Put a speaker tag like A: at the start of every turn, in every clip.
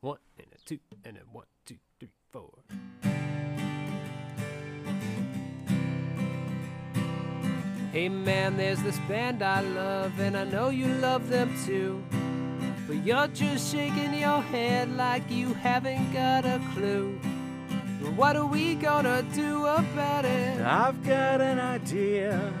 A: one and a two and a one, two, three, four. Hey man, there's this band I love, and I know you love them too. But you're just shaking your head like you haven't got a clue. But what are we gonna do about it?
B: I've got an idea.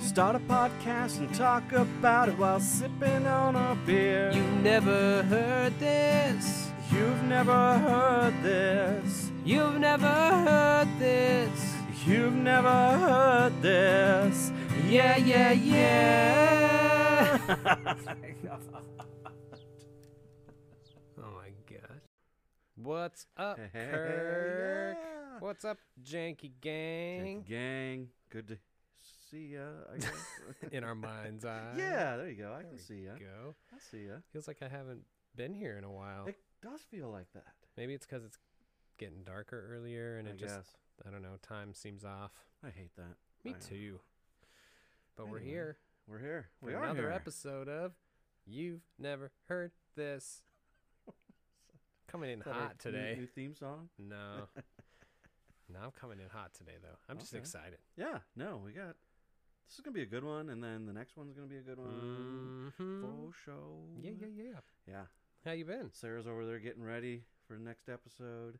B: Start a podcast and talk about it while sipping on a beer.
A: You never heard this.
B: You've never heard this.
A: You've never heard this.
B: You've never heard this.
A: Yeah, yeah, yeah. oh my god. What's up, Kirk?
B: Yeah.
A: What's up, Janky
B: Gang.
A: Gang?
B: Gang, good to see ya. I guess.
A: In our mind's eye.
B: yeah, there you go. I
A: There
B: can
A: we
B: see ya.
A: Go.
B: I see ya.
A: Feels like I haven't been here in a while.
B: It does feel like that.
A: Maybe it's because it's getting darker earlier and
B: I
A: it just,
B: guess.
A: I don't know, time seems off.
B: I hate that.
A: Me
B: I know.
A: too. But we're
B: Anyway,
A: here
B: We're here.
A: for
B: we are
A: another
B: here.
A: episode of You've Never Heard This. Coming in
B: Is that our
A: hot
B: new-
A: today.
B: New theme song.
A: No. No, I'm coming in hot today, though. I'm just
B: Okay.
A: excited.
B: Yeah. No, we got. This is gonna be a good one, and then the next one's gonna be a good one.
A: Mhm.
B: For sure.
A: Yeah, yeah, yeah.
B: Yeah.
A: How you been?
B: Sarah's over there getting ready for the next episode.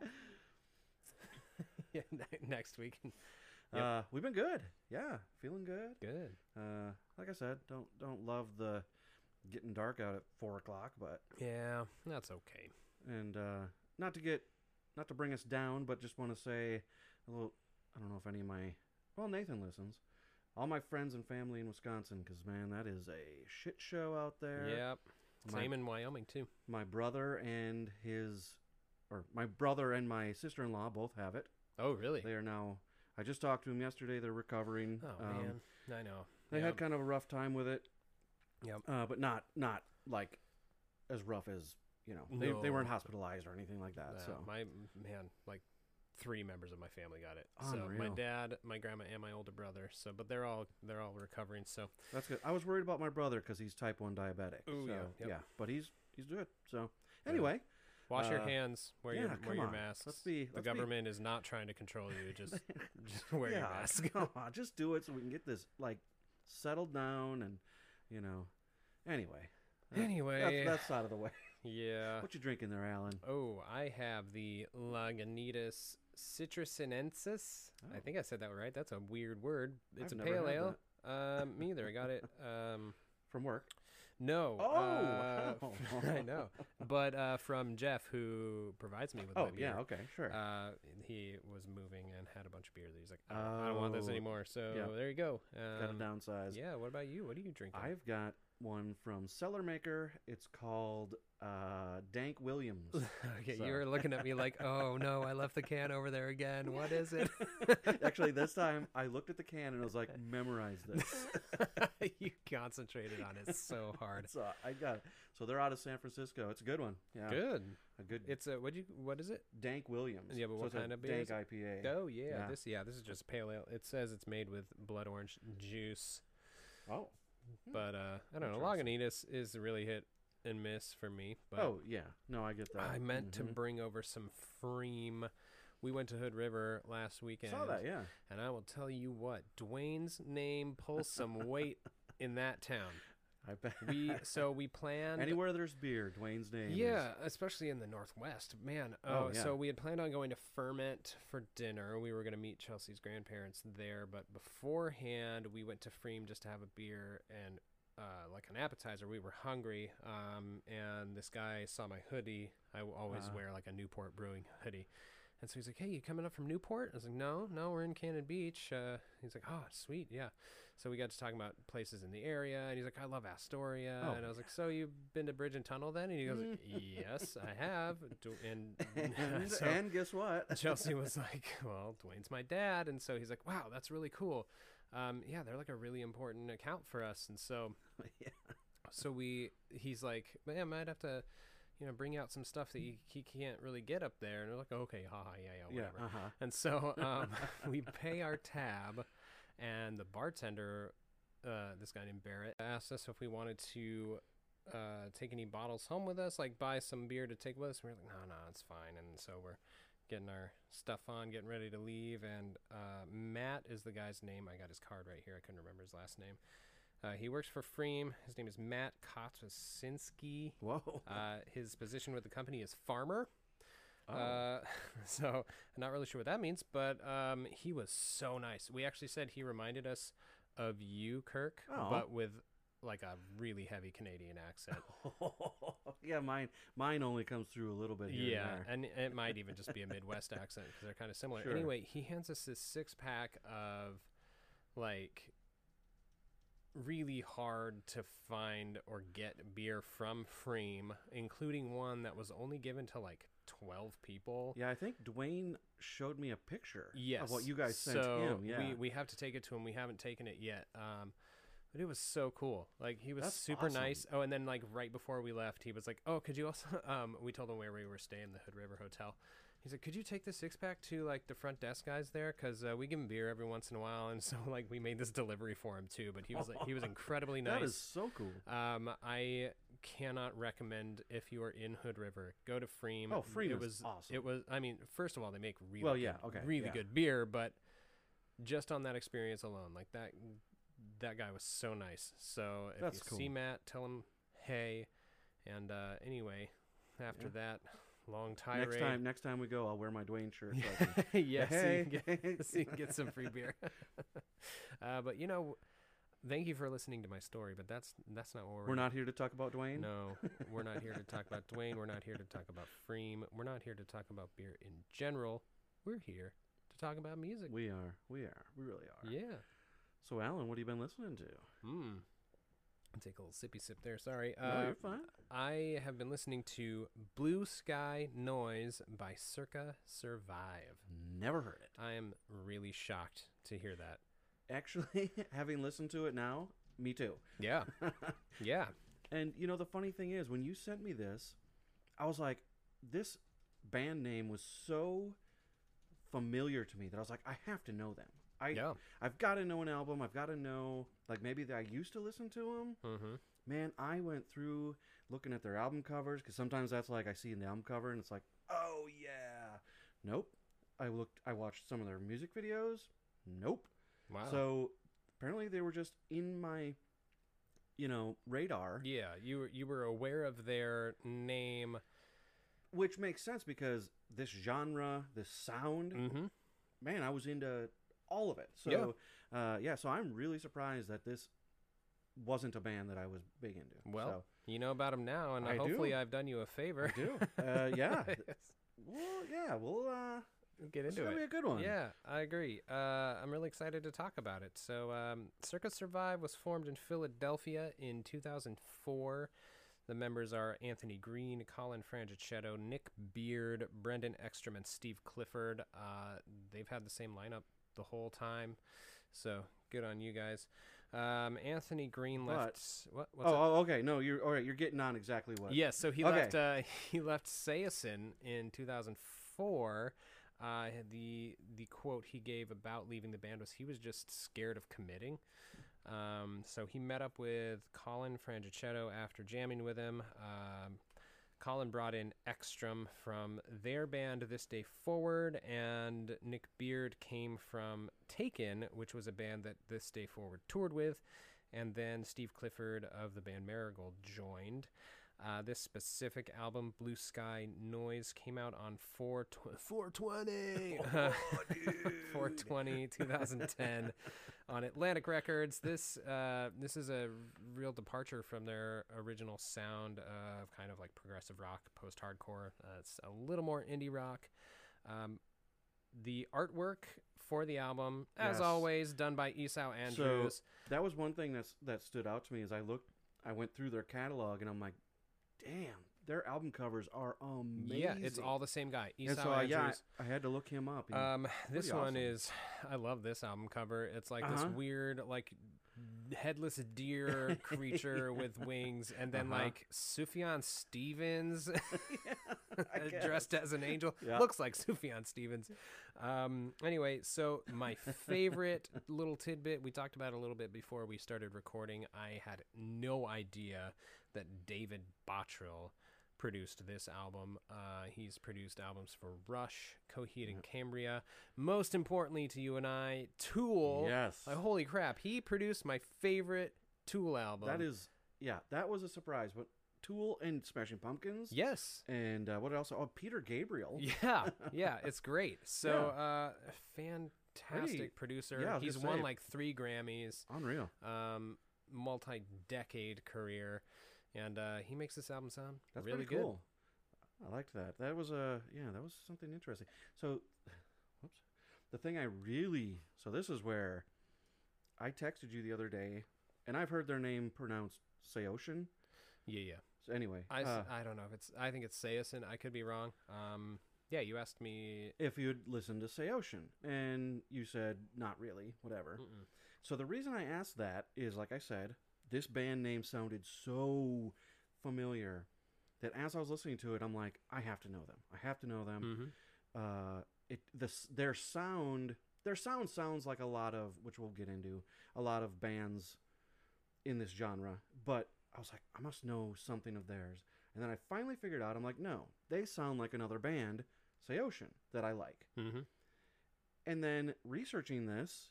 A: yeah, ne- next week. Yep.
B: Uh, we've been good. Yeah, feeling good.
A: Good.
B: Uh, like I said, don't don't love the getting dark out at four o'clock, but
A: Yeah, that's okay.
B: and uh, not to get not to bring us down, but just want to say a little. I don't know if any of my well Nathan listens. All my friends and family in Wisconsin, because man, that is a shit show out there.
A: Yep.
B: My-
A: Same in Wyoming too.
B: my brother and his, or my brother and my sister-in-law both have it.
A: Oh, really?
B: They are now. I just talked to him yesterday. They're recovering.
A: Oh
B: Um,
A: man, I know.
B: They
A: Yeah.
B: had kind of a rough time with it.
A: Yep.
B: Uh, but not not like as rough as you know. They, they weren't
A: No.
B: hospitalized or anything like that.
A: Yeah,
B: so
A: Uh, my man, like three members of my family got it. So my
B: Unreal.
A: dad, my grandma, and my older brother. So, but they're all they're all recovering. So
B: that's good. I was worried about my brother because he's type one diabetic.
A: Ooh,
B: so,
A: yeah, yep.
B: But he's he's good. So
A: Yeah.
B: anyway,
A: wash your
B: Uh,
A: hands. Wear
B: yeah,
A: your wear
B: come
A: your
B: on.
A: masks.
B: Let's be-
A: the
B: let's be-
A: government is not trying to control you. Just just wear your
B: yeah,
A: mask.
B: come on, just do it so we can get this like settled down and you know. Anyway, that-
A: Anyway.
B: that's, that's out of the way.
A: yeah.
B: What you drinking there, Alan?
A: Oh, I have the Lagunitas citrusinensis. I
B: Oh.
A: think I said that right. That's a weird word. It's
B: I've
A: a
B: never
A: pale
B: had
A: ale. Um, me either. I got it. Um,
B: From work.
A: no.
B: Oh,
A: uh,
B: wow.
A: I know. But uh, from Jeff, who provides me with
B: Oh
A: my beer.
B: yeah, okay, sure.
A: Uh, he was moving and had a bunch of beer that he's like, I don't, I don't want this
B: Oh,
A: anymore. So
B: yeah.
A: there you go.
B: Got
A: Um,
B: to downsize.
A: yeah. What about you? What are you drinking?
B: I've got one from Cellar Maker. It's called uh, Dank Williams.
A: okay,
B: so-
A: you were looking at me like, oh no, I left the can over there again. What is it?
B: Actually, this time I looked at the can and I was like, memorize this.
A: you concentrated on it so hard.
B: so uh, I got it. So they're out of San Francisco. It's a good one. uh, Yeah,
A: Good.
B: a good
A: It's a what do you what is it?
B: Dank Williams.
A: Yeah, but
B: So
A: what
B: it's a
A: kind of beer
B: Dank
A: is
B: IPA?
A: Oh yeah,
B: yeah.
A: this yeah, this is just pale ale. It says it's made with blood orange juice,
B: Oh,
A: but uh I don't know. Lagunitas is really hit and miss for me, but
B: oh yeah. No, I get that.
A: I meant to
B: Mhm.
A: bring over some Freem. We went to Hood River last weekend.
B: Saw that. Yeah.
A: And I will tell you what, Dwayne's name pulls some weight in that town.
B: I bet.
A: We so we planned
B: Anywhere there's beer, Dwayne's name. is-
A: Yeah, especially in the Northwest, man. Oh,
B: Oh, yeah.
A: so we had planned on going to Ferment for dinner. We were going to meet Chelsea's grandparents there, but beforehand, we went to Freem just to have a beer and uh, like an appetizer. We were hungry, um, and this guy saw my hoodie. I w- always
B: Uh-huh.
A: wear like a Newport Brewing hoodie. And so he's like, "Hey, you coming up from Newport?" I was like, "No, no, we're in Cannon Beach." Uh, he's like, "Oh, sweet, yeah." So we got to talking about places in the area, and he's like, "I love Astoria,"
B: Oh, Mm.
A: and I was like, "So you've been to Bridge and Tunnel then?" And he goes, "Yes, I have." Do- And,
B: And,
A: so
B: and guess what?
A: Chelsea was like, "Well, Dwayne's my dad," and so he's like, "Wow, that's really cool." Um, yeah, they're like a really important account for us, and so
B: Yeah.
A: so we he's like man i might have to you know bring out some stuff that he, he can't really get up there and we're like okay haha yeah yeah
B: Yeah.
A: whatever
B: Uh huh.
A: and so um, we pay our tab and the bartender uh, this guy named barrett asked us if we wanted to uh, take any bottles home with us, like buy some beer to take with us. And we're like, no, no, it's fine. And so we're getting our stuff on, getting ready to leave. And uh, Matt is the guy's name. I got his card right here. I couldn't remember his last name. Uh, he works for Freem. His name is Matt Kotwasinski.
B: Whoa.
A: Uh, his position with the company is farmer.
B: Oh.
A: Uh, so I'm not really sure what that means, but um, he was so nice. We actually said he reminded us of you, Kirk,
B: Oh.
A: but with like a really heavy Canadian accent.
B: yeah, mine mine only comes through a little bit here
A: uh, yeah,
B: and there.
A: and it might even just be a Midwest accent because they're kind of similar.
B: Sure.
A: Anyway, he hands us this six pack of like really hard to find or get beer from Freem, including one that was only given to like 12 people.
B: Yeah, I think Dwayne showed me a picture
A: Yes.
B: of what you guys sent
A: so
B: him. Yeah.
A: We, we have to take it to him. We haven't taken it yet. Um, but it was so cool. Like he was
B: That's
A: super
B: awesome.
A: nice. Oh, and then like right before we left, he was like, "Oh, could you also?" Um, we told him where we were staying, the Hood River Hotel. He's like, "Could you take the six pack to like the front desk guys there? Because uh, we give him beer every once in a while." And so like we made this delivery for him too. But he was like, he was incredibly nice.
B: That is so cool.
A: Um, I cannot recommend if you are in Hood River, go to Freem.
B: Oh, Freem
A: Um, it
B: is
A: was
B: awesome.
A: It was. I mean, first of all, they make really
B: Well, yeah,
A: good-
B: okay,
A: really
B: yeah.
A: good beer, but just on that experience alone, like that that guy was so nice. So if
B: That's
A: you see
B: cool.
A: Matt, tell him hey. And uh, anyway, after
B: Yeah.
A: that long tirade,
B: Next time next time we go, I'll wear my Dwayne shirt. so I can-
A: yeah, so you
B: Hey.
A: can get- so you can get some free beer. uh, but you know, thank you for listening to my story. But that's that's not what we're
B: We're not here to talk about Dwayne.
A: no, we're not here to talk about Dwayne. We're not here to talk about Freem. We're not here to talk about beer in general. We're here to talk about music.
B: We are. We are. We really are.
A: Yeah.
B: So Alan, what have you been listening to?
A: Mm. I'll Take a little sippy sip there. Sorry.
B: no,
A: Uh,
B: you're fine.
A: I have been listening to Blue Sky Noise by Circa Survive.
B: Never heard it.
A: I am really shocked to hear that.
B: Actually, having listened to it now, me too.
A: Yeah. Yeah.
B: and you know the funny thing is when you sent me this, I was like, this band name was so familiar to me that I was like, I have to know them. I
A: Yeah.
B: I've got to know an album. I've got to know like maybe that I used to listen to them.
A: Mm-hmm.
B: Man, I went through looking at their album covers because sometimes that's like I see an album cover and it's like, oh yeah. Nope. I looked. I watched some of their music videos. Nope.
A: Wow.
B: So apparently they were just in my, you know, radar,
A: yeah, you were you were aware of their name.
B: which makes sense because this genre, this sound,
A: Mm-hmm.
B: man, I was into all of it. So yeah. Uh, yeah, so I'm really surprised that this wasn't a band that I was big into.
A: Well, you know about them now, and
B: I
A: hopefully
B: do.
A: I've done you a favor.
B: do. Uh, yeah. so, well, yeah, well, uh,
A: Get
B: it's
A: into
B: gonna be
A: it.
B: a good one.
A: Yeah, I agree. Uh, I'm really excited to talk about it. So, um, Circus Survive was formed in Philadelphia in 2004. The members are Anthony Green, Colin Frangicetto, Nick Beard, Brendan Ekstrom, and Steve Clifford. Uh, they've had the same lineup the whole time, so good on you guys. Um, Anthony Green left. What, what's
B: Oh,
A: up?
B: oh, okay. No, you're all right. You're getting on exactly what.
A: Yes, so he
B: Okay.
A: left. Uh, he left Sayerson in 2004. Uh, the the quote he gave about leaving the band was he was just scared of committing. Um, so he met up with Colin Frangicetto after jamming with him. Um, Colin brought in Ekstrom from their band This Day Forward, and Nick Beard came from Taken, which was a band that This Day Forward toured with. And then Steve Clifford of the band Marigold joined. Uh, this specific album, Blue Sky Noise, came out on 420, 420, uh, 420 2010 on Atlantic Records. This uh, this is a real departure from their original sound of kind of like progressive rock, post hardcore. Uh, it's a little more indie rock. Um, the artwork for the album, as
B: Yes.
A: always, done by Esau Andrews.
B: That was one thing that's that stood out to me is I looked, I went through their catalog and I'm like, damn, their album covers are amazing.
A: Yeah, it's all the same guy, Esau
B: And so I,
A: Andrews.
B: yeah, I, I had to look him up. and-
A: Um, this
B: pretty
A: one
B: awesome.
A: is, I love this album cover. It's like
B: Uh-huh.
A: this weird, like headless deer creature with wings, and then
B: Uh-huh.
A: like Sufjan Stevens
B: I guess.
A: dressed as an angel.
B: Yeah.
A: Looks like Sufjan Stevens. Um, anyway, so my favorite little tidbit we talked about it a little bit before we started recording. I had no idea that David Bottrill produced this album. Uh, he's produced albums for Rush, Coheed and Cambria. Most importantly to you and I, Tool.
B: Yes.
A: Like, holy crap, he produced my favorite Tool album.
B: That is, yeah, that was a surprise. But Tool and Smashing Pumpkins.
A: Yes.
B: And uh, what else? Oh, Peter Gabriel.
A: Yeah, yeah, it's great. So,
B: Yeah.
A: uh, fantastic
B: Pretty-
A: producer.
B: yeah, I was
A: He's
B: gonna
A: won
B: say.
A: like three Grammys,
B: Unreal.
A: um, multi-decade career, and uh, he makes this album sound
B: That's
A: really
B: pretty
A: good.
B: cool. I liked that. That was a yeah. That was something interesting. So, whoops. The thing I really so this is where I texted you the other day, and I've heard their name pronounced Saoshin.
A: Yeah, yeah.
B: So anyway,
A: I, s-
B: uh,
A: I don't know if it's. I think it's Sayosin. I could be wrong. Um, yeah, you asked me.
B: if you'd listened to Saoshin, and you said not really, whatever.
A: Mm-mm.
B: So the reason I asked that is, like I said, this band name sounded so familiar that as I was listening to it, I'm like, I have to know them. I have to know them.
A: Mhm.
B: uh, it this their sound their sound sounds like a lot of which we'll get into a lot of bands in this genre but i was like i must know something of theirs and then i finally figured out i'm like no they sound like another band say ocean that i like
A: Mhm.
B: and then researching this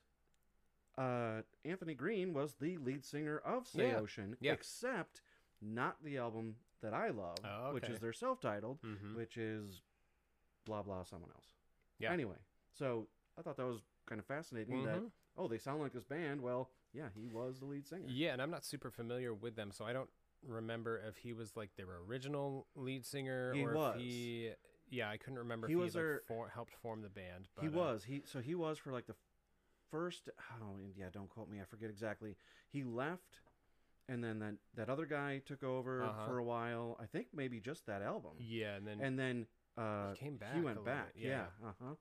B: uh, anthony green was the lead singer of say
A: Yeah.
B: ocean
A: Yeah.
B: except not the album that i love
A: Oh,
B: which
A: okay.
B: is their self-titled
A: Mhm.
B: which is blah blah someone else.
A: Yeah.
B: Anyway, so I thought that was kind of fascinating that
A: Mhm.
B: oh they sound like this band. Well, yeah, he was the lead singer.
A: Yeah, and I'm not super familiar with them, so I don't remember if he was like their original lead singer
B: He
A: or
B: was.
A: if he. Yeah, I couldn't remember
B: He
A: if
B: was
A: he
B: their-
A: like, for, helped form the band. But,
B: he
A: uh,
B: was he so he was for like the first oh and yeah don't quote me I forget exactly. He left and then that that other guy took over
A: Uh-huh.
B: for a while. I think maybe just that album.
A: Yeah, and then
B: And then uh,
A: came back
B: He
A: a
B: went
A: little
B: back.
A: bit,
B: Yeah.
A: yeah.
B: Uh huh.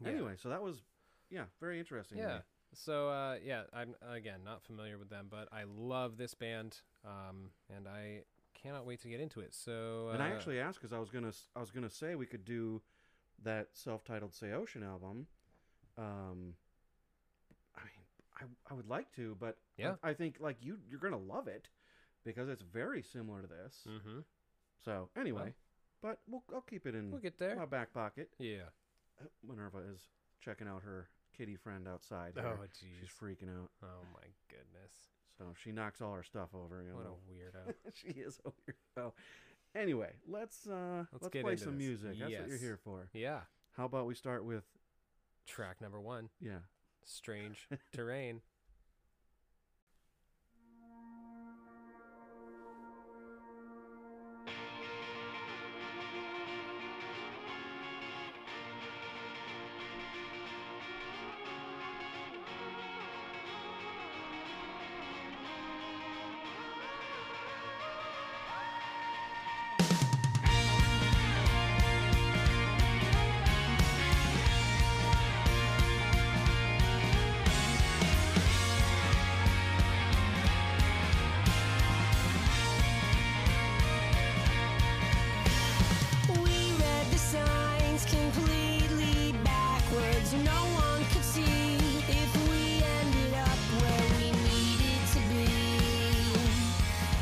A: Yeah.
B: Anyway, so that was yeah very interesting. to me.
A: yeah. So uh, yeah, I'm again not familiar with them, but I love this band, um, and I cannot wait to get into it. So uh,
B: and I actually asked because I was gonna s- I was gonna say we could do that self-titled Say Ocean album. Um, I mean, I, I would like to, but I-
A: Yeah.
B: I, think like you you're gonna love it because it's very similar to this.
A: Mhm.
B: So anyway, but we'll I'll keep it in
A: we'll get there.
B: my back pocket.
A: Yeah.
B: Minerva is checking out her kitty friend outside.
A: Oh
B: here.
A: jeez.
B: she's freaking out.
A: Oh my goodness.
B: So she knocks all her stuff over. You
A: What
B: know,
A: a weirdo.
B: she is a weirdo. Anyway, let's uh let's,
A: Let's get
B: play
A: into
B: some
A: this.
B: music. That's what you're
A: Yes.
B: here for.
A: yeah.
B: How about we start with
A: Track number one.
B: yeah.
A: Strange terrain.
C: We read the signs completely backwards. No one could see if we ended up where we needed to be.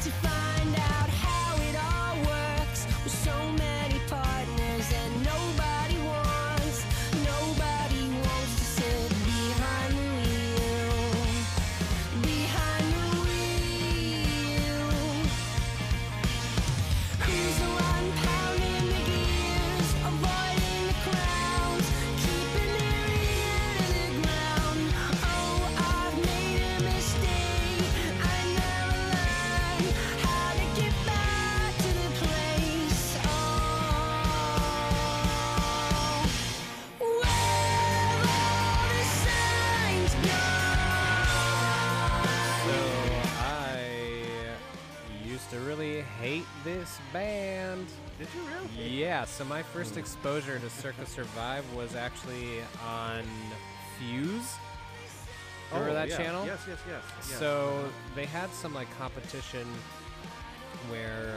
C: To find out how it all works with so many partners and nobody wants, nobody wants to sit behind the wheel, behind the wheel. Who's the one pounding the gears, avoiding the crowds, keeping their ear to the ground? Oh, I've made a mistake. I never learned how to get back to the place. Oh, where all the signs go.
A: So I used to really hate this band.
B: Did you really?
A: Yeah, so my first exposure to Circus Survive was actually on Fuse. Remember that
B: Oh, yeah.
A: channel?
B: Yes, yes, yes. yes.
A: So they had some like competition where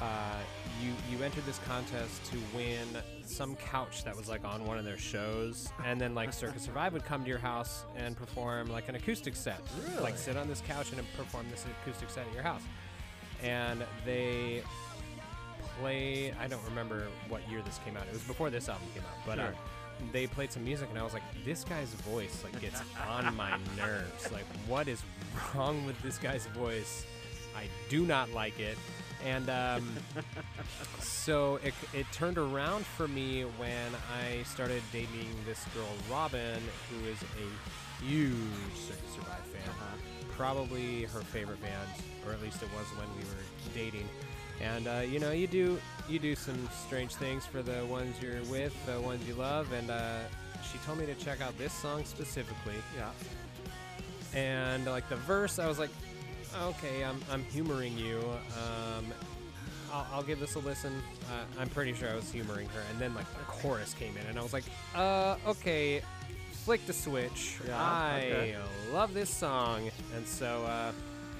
A: uh, you you entered this contest to win some couch that was like on one of their shows, and then like Circus Survive would come to your house and perform like an acoustic set.
B: Really?
A: Like sit on this couch and perform this acoustic set at your house. And they play. I don't remember what year this came out. It was before this album came out, but.
B: Sure.
A: Uh, they played some music and I was like, this guy's voice like gets on my nerves. Like, what is wrong with this guy's voice? I do not like it. And um, so it, it turned around for me when I started dating this girl, Robin, who is a huge Circus Survive fan.
B: Uh,
A: Probably her favorite band, or at least it was when we were dating. And uh, you know, you do you do some strange things for the ones you're with, the ones you love. And uh, she told me to check out this song specifically
B: Yeah.
A: and like the verse i was like okay i'm, I'm humoring you um, I'll, I'll give this a listen uh, i'm pretty sure i was humoring her and then like the chorus came in and i was like uh okay flick the switch
B: Yeah,
A: i
B: okay.
A: love this song and so uh,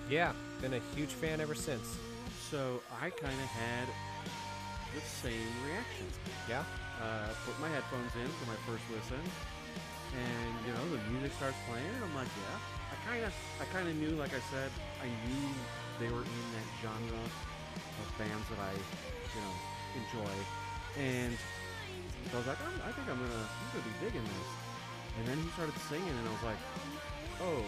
A: yeah been a huge fan ever since
B: So I kind of had the same reaction.
A: yeah
B: Uh, put my headphones in for my first listen, and you know the music starts playing, and I'm like, yeah. I kind of, I kind of knew, like I said, I knew they were in that genre of bands that I, you know, enjoy, and so I was like, I'm, I think I'm gonna, I'm gonna be digging this. And then he started singing, and I was like, oh,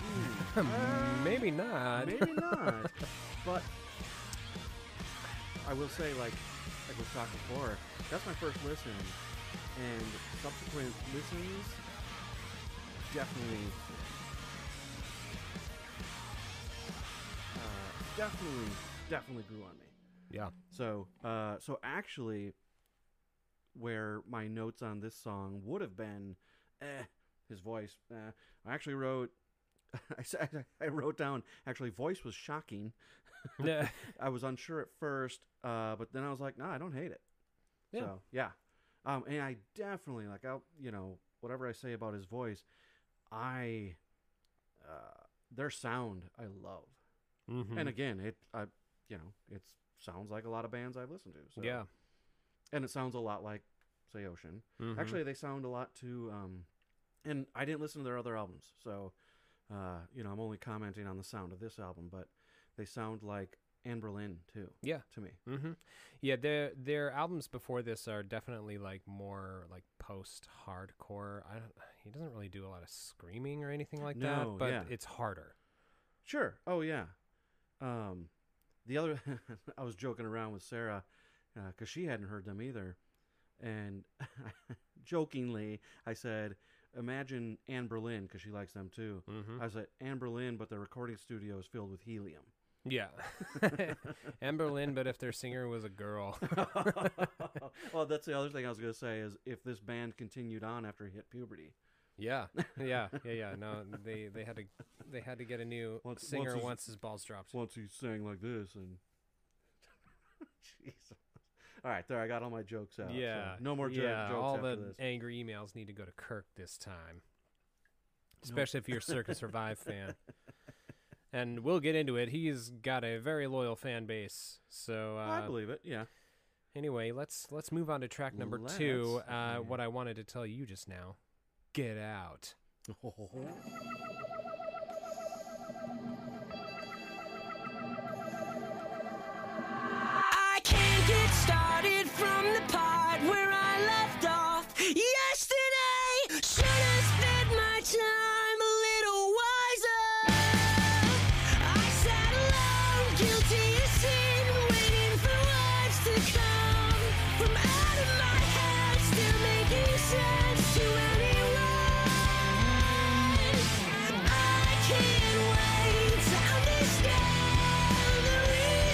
B: hmm, uh,
A: maybe not
B: Maybe not. but I will say, like, like we talked before, that's my first listen, and subsequent listens definitely, uh, definitely, definitely grew on me.
A: yeah
B: So, uh, so actually, where my notes on this song would have been, eh, his voice. Eh, I actually wrote, I said, I wrote down. Actually, voice was shocking.
A: yeah
B: I was unsure at first, uh, but then I was like, nah, I don't hate it.
A: Yeah.
B: So yeah, um, and I definitely like I'll you know whatever I say about his voice, I, uh, their sound I love,
A: Mhm.
B: and again it I you know it sounds like a lot of bands I've listened to. So.
A: yeah
B: and it sounds a lot like say Ocean.
A: Mhm.
B: Actually, they sound a lot to. Um, and I didn't listen to their other albums, so uh, you know I'm only commenting on the sound of this album, but they sound like Anne Berlin too
A: yeah
B: to me.
A: Mm-hmm. Yeah, their their albums before this are definitely like more like post hardcore. I don't, he doesn't really do a lot of screaming or anything like
B: No,
A: that, but
B: yeah.
A: it's harder.
B: Sure. Oh yeah. Um, the other I was joking around with Sarah because she hadn't heard them either, and jokingly I said, "Imagine Anne Berlin because she likes them too."
A: Mm-hmm.
B: I said Anne Berlin, but the recording studio is filled with helium.
A: Yeah, Amber Lynn. But if their singer was a girl,
B: well, that's the other thing I was going to say is if this band continued on after it hit puberty.
A: yeah, yeah, yeah, yeah. No, they they had to they had to get a new
B: Once-
A: singer
B: once
A: once
B: his-
A: his, balls dropped.
B: Once he sang like this and Jesus. All right, there I got all my jokes out. so
A: yeah,
B: no more jo-
A: yeah.
B: jokes
A: all
B: after
A: the
B: this.
A: angry emails need to go to Kirk this time, especially if you're a Circus Survive fan. And we'll get into it. He's got a very loyal fan base. So
B: I
A: uh,
B: believe it. Yeah.
A: anyway, let's let's move on to track number two.
B: Let's,
A: Uh,
B: yeah.
A: what I wanted to tell you just now, get out.
B: Oh,
C: I can't get started from the part where I left off yesterday. Should have spent my time a little wiser. I sat alone, guilty as sin, waiting for words to come from out of my head, still making sense to anyone. I can't wait to understand the reason.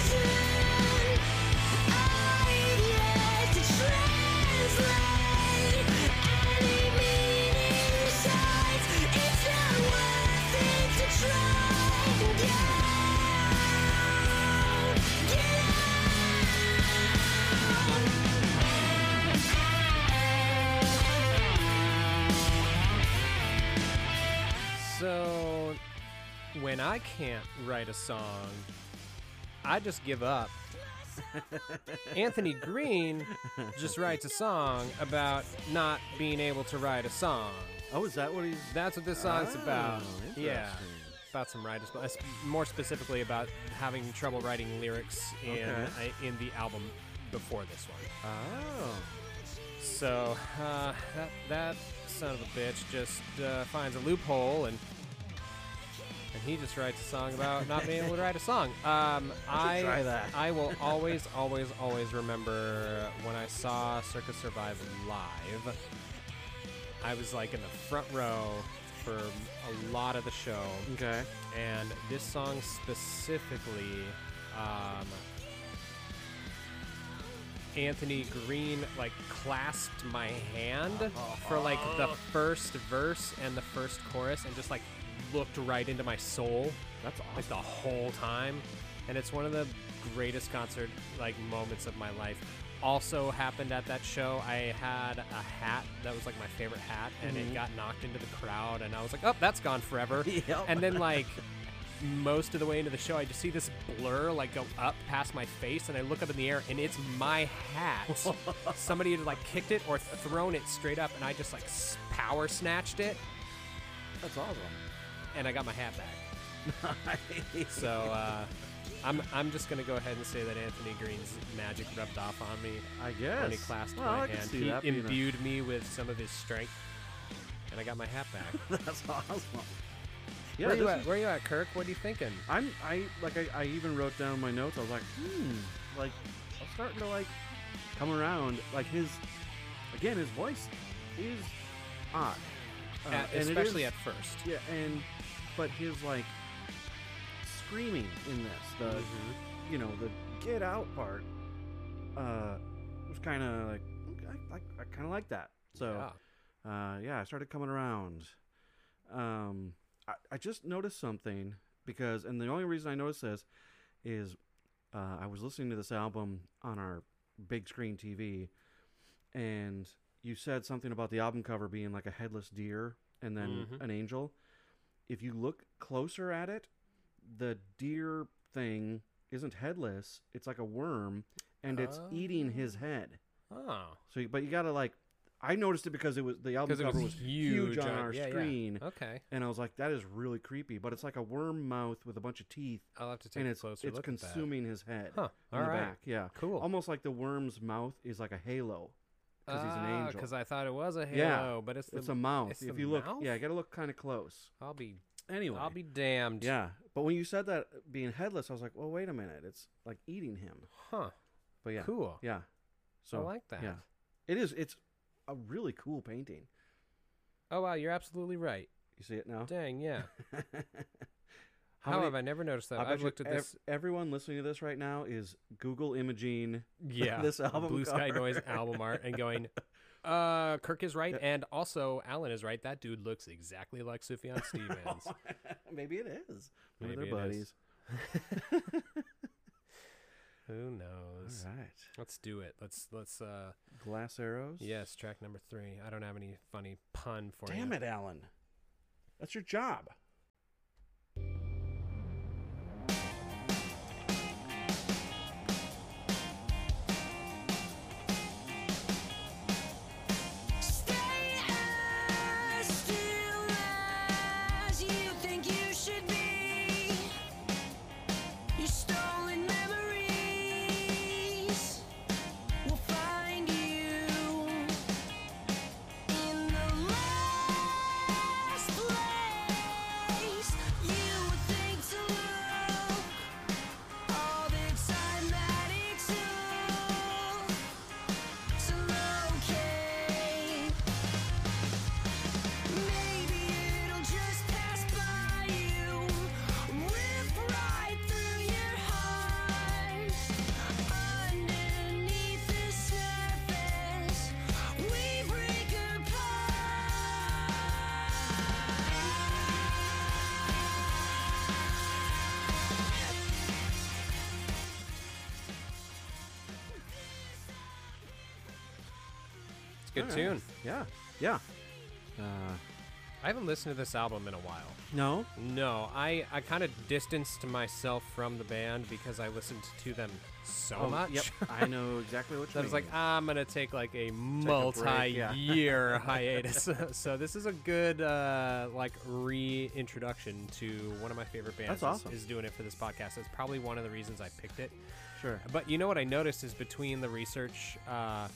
A: So when I can't write a song, I just give up Anthony Green just writes a song about not being able to write a song.
B: Oh, is that what he's?
A: That's what this song's
B: Oh,
A: about. Yeah.
B: interesting.
A: About some writers, but uh, sp- more specifically about having trouble writing lyrics in
B: Okay.
A: uh, in the album before this one.
B: Oh.
A: So uh, that that son of a bitch just uh, finds a loophole and and he just writes a song about not being able to write a song. Um, I
B: try that.
A: I will always always always remember when I saw Circus Survive live. I was like in the front row for a lot of the show,
B: Okay.
A: and this song specifically. Um, Anthony Green like clasped my hand for like the
B: Uh-huh.
A: first verse and the first chorus and just like looked right into my soul
B: That's awesome.
A: like the whole time and it's one of the greatest concert like moments of my life also happened at that show i had a hat that was like my favorite hat and
B: Mm-hmm.
A: it got knocked into the crowd and i was like oh that's gone forever
B: Yep.
A: and then like most of the way into the show i just see this blur like go up past my face and i look up in the air and it's my hat somebody had like kicked it or thrown it straight up and i just like s- power snatched it
B: That's awesome.
A: and i got my hat back so uh, I'm I'm just gonna go ahead and say that Anthony Green's magic rubbed off on me
B: I guess.
A: when he clasped
B: well,
A: my
B: I Can
A: hand.
B: see
A: He
B: that being a-
A: imbued me with some of his strength, and I got my hat back.
B: That's awesome. Yeah,
A: where you
B: this
A: at?
B: is-
A: Where you at, Kirk? What are you thinking?
B: I'm I like I, I even wrote down my notes. I was like, hmm, like I'm starting to like come around. Like his again, his voice is odd, Uh,
A: At-
B: and it
A: especially
B: is-
A: at first.
B: yeah, and but his like screaming in this, the you know the get out part, uh, was kind of like okay, I, I, I kind of like that. So
A: Yeah.
B: uh, yeah, I started coming around. Um, I, I just noticed something because, and the only reason I noticed this is uh, I was listening to this album on our big screen TV, and you said something about the album cover being like a headless deer and then
A: Mhm.
B: an angel. If you look closer at it, the deer thing isn't headless, it's like a worm, and it's eating his head.
A: Oh,
B: So, you- but you gotta like, I noticed it because it was the album
A: because it
B: cover
A: was,
B: was huge on our
A: yeah, yeah.
B: screen,
A: Okay,
B: and I was like, that is really creepy. But it's like a worm mouth with a bunch of teeth,
A: I'll have to take
B: and
A: a
B: it's
A: closer
B: it's
A: look at that.
B: consuming his head
A: Huh,
B: on the
A: alright.
B: back. Yeah,
A: Cool.
B: Almost like the worm's mouth is like a halo because he's an angel.
A: Because Ah, I thought it was a halo,
B: yeah,
A: but it's the
B: it's a mouth.
A: it's
B: if
A: the
B: you look, yeah,
A: mouth?
B: you gotta look kind of close.
A: I'll be
B: Anyway,
A: I'll be damned.
B: yeah. But when you said that being headless, I was like, well, wait a minute, it's like eating him.
A: Huh.
B: But yeah,
A: Cool.
B: Yeah, so
A: like that.
B: Yeah, it is. It's a really cool painting.
A: Oh wow, you're absolutely right.
B: You see it now?
A: Dang, yeah. How,
B: How many-
A: have I never noticed that?
B: I bet
A: I've
B: you
A: looked at
B: ev-
A: this.
B: everyone listening to this right now is Google imaging.
A: yeah,
B: this album
A: Blue Sky
B: cover.
A: Noise album art, and going, uh, Kirk is right, and also Alan is right. That dude looks exactly like Sufjan Stevens.
B: Maybe it is. Maybe
A: Maybe
B: they're
A: it
B: buddies.
A: is. Who knows?
B: All right.
A: Let's do it. Let's let's uh
B: Glass arrows.
A: yes, track number three. I don't have any funny pun for you.
B: Damn it, Alan. That's your job.
C: Stay as still as you think you should be. Your stolen memories will find you in the last place you would think to look. All the time that it took to locate. Maybe it'll just pass by you, whip right through your heart. Underneath the surface, we break apart.
A: It's a good
B: All right.
A: tune.
B: Yeah. Yeah. Uh,
A: I haven't listened to this album in a while.
B: No.
A: No, I, I kind of distanced myself from the band because I listened to them so Oh, much.
B: Oh, Yep. I know exactly what
A: that I
B: you
A: was
B: mean.
A: like, I'm gonna take like a
B: break, yeah.
A: multi-year hiatus. so this is a good uh, like reintroduction to one of my favorite bands.
B: That's
A: is-
B: awesome.
A: Is, doing it for this podcast. That's probably one of the reasons I picked it.
B: sure.
A: But you know what I noticed is between the research, uh,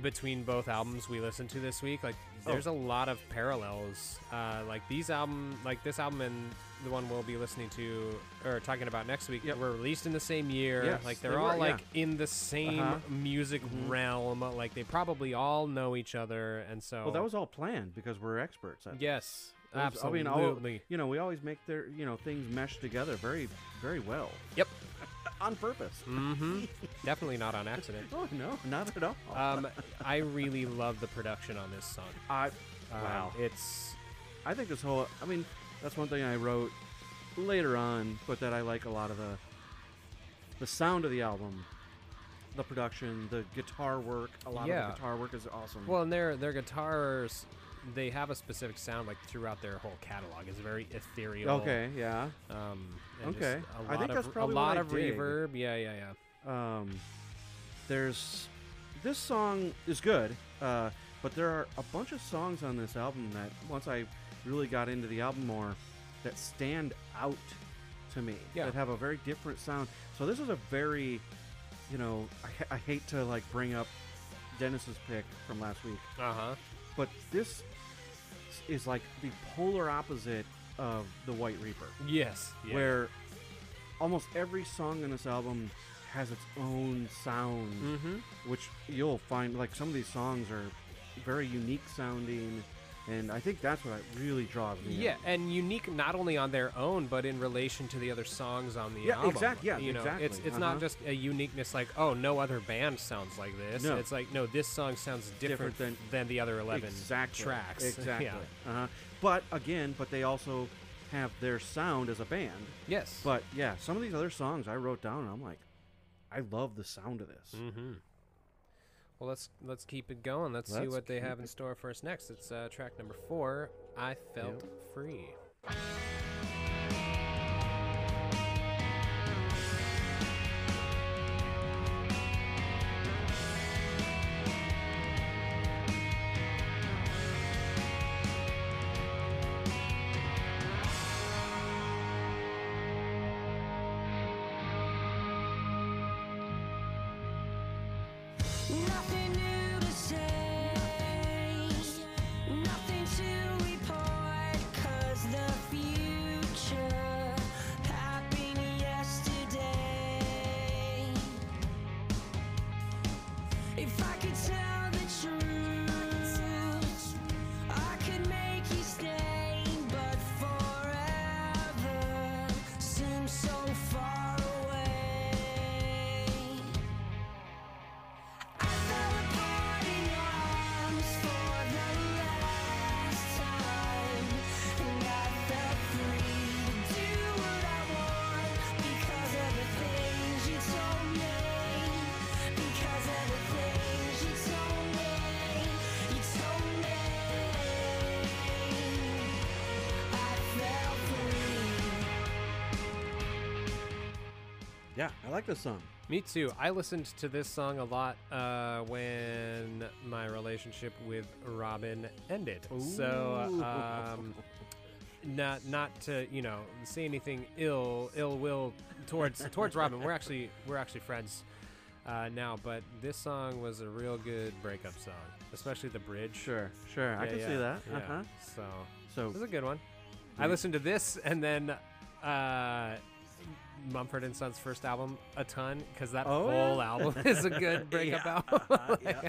A: between both albums we listened to this week, like
B: Oh.
A: there's a lot of parallels. Uh, like these album, like this album and the one we'll be listening to or talking about next week
B: Yep.
A: were released in the same year.
B: Yes,
A: like
B: they
A: they're all
B: were,
A: like
B: yeah.
A: in the same
B: Uh-huh.
A: music realm. Like they probably all know each other, and so
B: Well, that was all planned because we're experts. At it.
A: yes,
B: It was-
A: absolutely.
B: I mean, all, you know, we always make their you know things mesh together very, very well
A: yep,
B: on purpose.
A: hmm definitely not on accident.
B: Oh no, not at all.
A: Um, I really love the production on this song.
B: I
A: Um,
B: wow.
A: It's
B: Uh, I think this whole. I mean, that's one thing I wrote later on, but that I like a lot of the the sound of the album, the production, the guitar work. A lot of
A: Yeah.
B: the guitar work is awesome.
A: well, and their their guitars, they have a specific sound like throughout their whole catalog. It's very ethereal.
B: okay, yeah.
A: Um, and just
B: Okay.
A: A
B: I
A: lot
B: think
A: of,
B: that's probably
A: a
B: what
A: lot
B: I
A: of
B: dig.
A: reverb. Yeah, yeah, yeah.
B: Um, there's this song is good, uh, but there are a bunch of songs on this album that once I really got into the album more, that stand out to me.
A: Yeah.
B: That have a very different sound. So this is a very, you know, I, ha- I hate to like bring up Dennis's pick from last week,
A: Uh huh.
B: but this is like the polar opposite of the White Reaper
A: Yes. yeah.
B: where almost every song in this album has its own sound,
A: Mhm.
B: which you'll find like some of these songs are very unique sounding, and I think that's what I really draws me. in.
A: Yeah, and unique not only on their own, but in relation to the other songs on the
B: Yeah,
A: album.
B: exact- yeah,
A: you know, it's
B: exactly,
A: it's not
B: uh-huh.
A: just a uniqueness like oh no other band sounds like this.
B: No.
A: It's like no this song sounds different,
B: Different
A: than,
B: than-
A: than the other eleven
B: exactly,
A: tracks.
B: Exactly.
A: Yeah.
B: Uh-huh. But again, but they also have their sound as a band.
A: Yes.
B: But yeah, some of these other songs I wrote down, and I'm like, I love the sound of this.
A: Mm-hmm. Well, let's let's keep it going. Let's, see
B: Let's
A: what they
B: keep
A: have in store for us next. It's uh, track number four. I felt free.
C: Nothing new to say, nothing to report, 'cause the future happened yesterday. If I could tell the truth, I could make you stay, but forever seems so far away. I fell apart in your arms for the last time, and I felt free to do what I want because of the things you told me. Because of the things you told me, you told me. I felt free.
B: Yeah, I like this song.
A: Me too. I listened to this song a lot uh, when my relationship with Robin ended. So,
B: Ooh.
A: um, not not to you know say anything ill ill will towards towards Robin. We're actually we're actually friends uh, now. But this song was a real good breakup song, especially the bridge.
B: Sure, sure, I
A: Yeah,
B: can
A: yeah,
B: see that.
A: yeah.
B: Uh-huh.
A: So
B: So
A: this is a good one.
B: Mm-hmm.
A: I listened to this and then uh, Mumford and Sons' first album a ton because that
B: Oh,
A: whole
B: yeah.
A: album is a good breakup album.
B: yeah.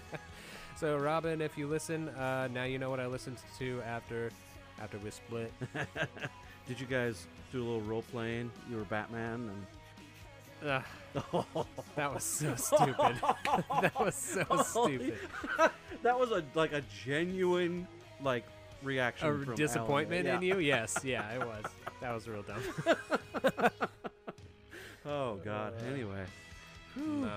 A: so Robin, if you listen, uh, now you know what I listened to after after we split.
B: Did you guys do a little role playing? You were Batman, and
A: Ugh, that was so stupid. that was so stupid.
B: that was a like a genuine like reaction.
A: A
B: from Alan.
A: disappointment
B: Yeah.
A: in you? Yes, yeah, it was. That was real dumb.
B: Oh God.
A: Uh,
B: Oh, anyway,
A: no.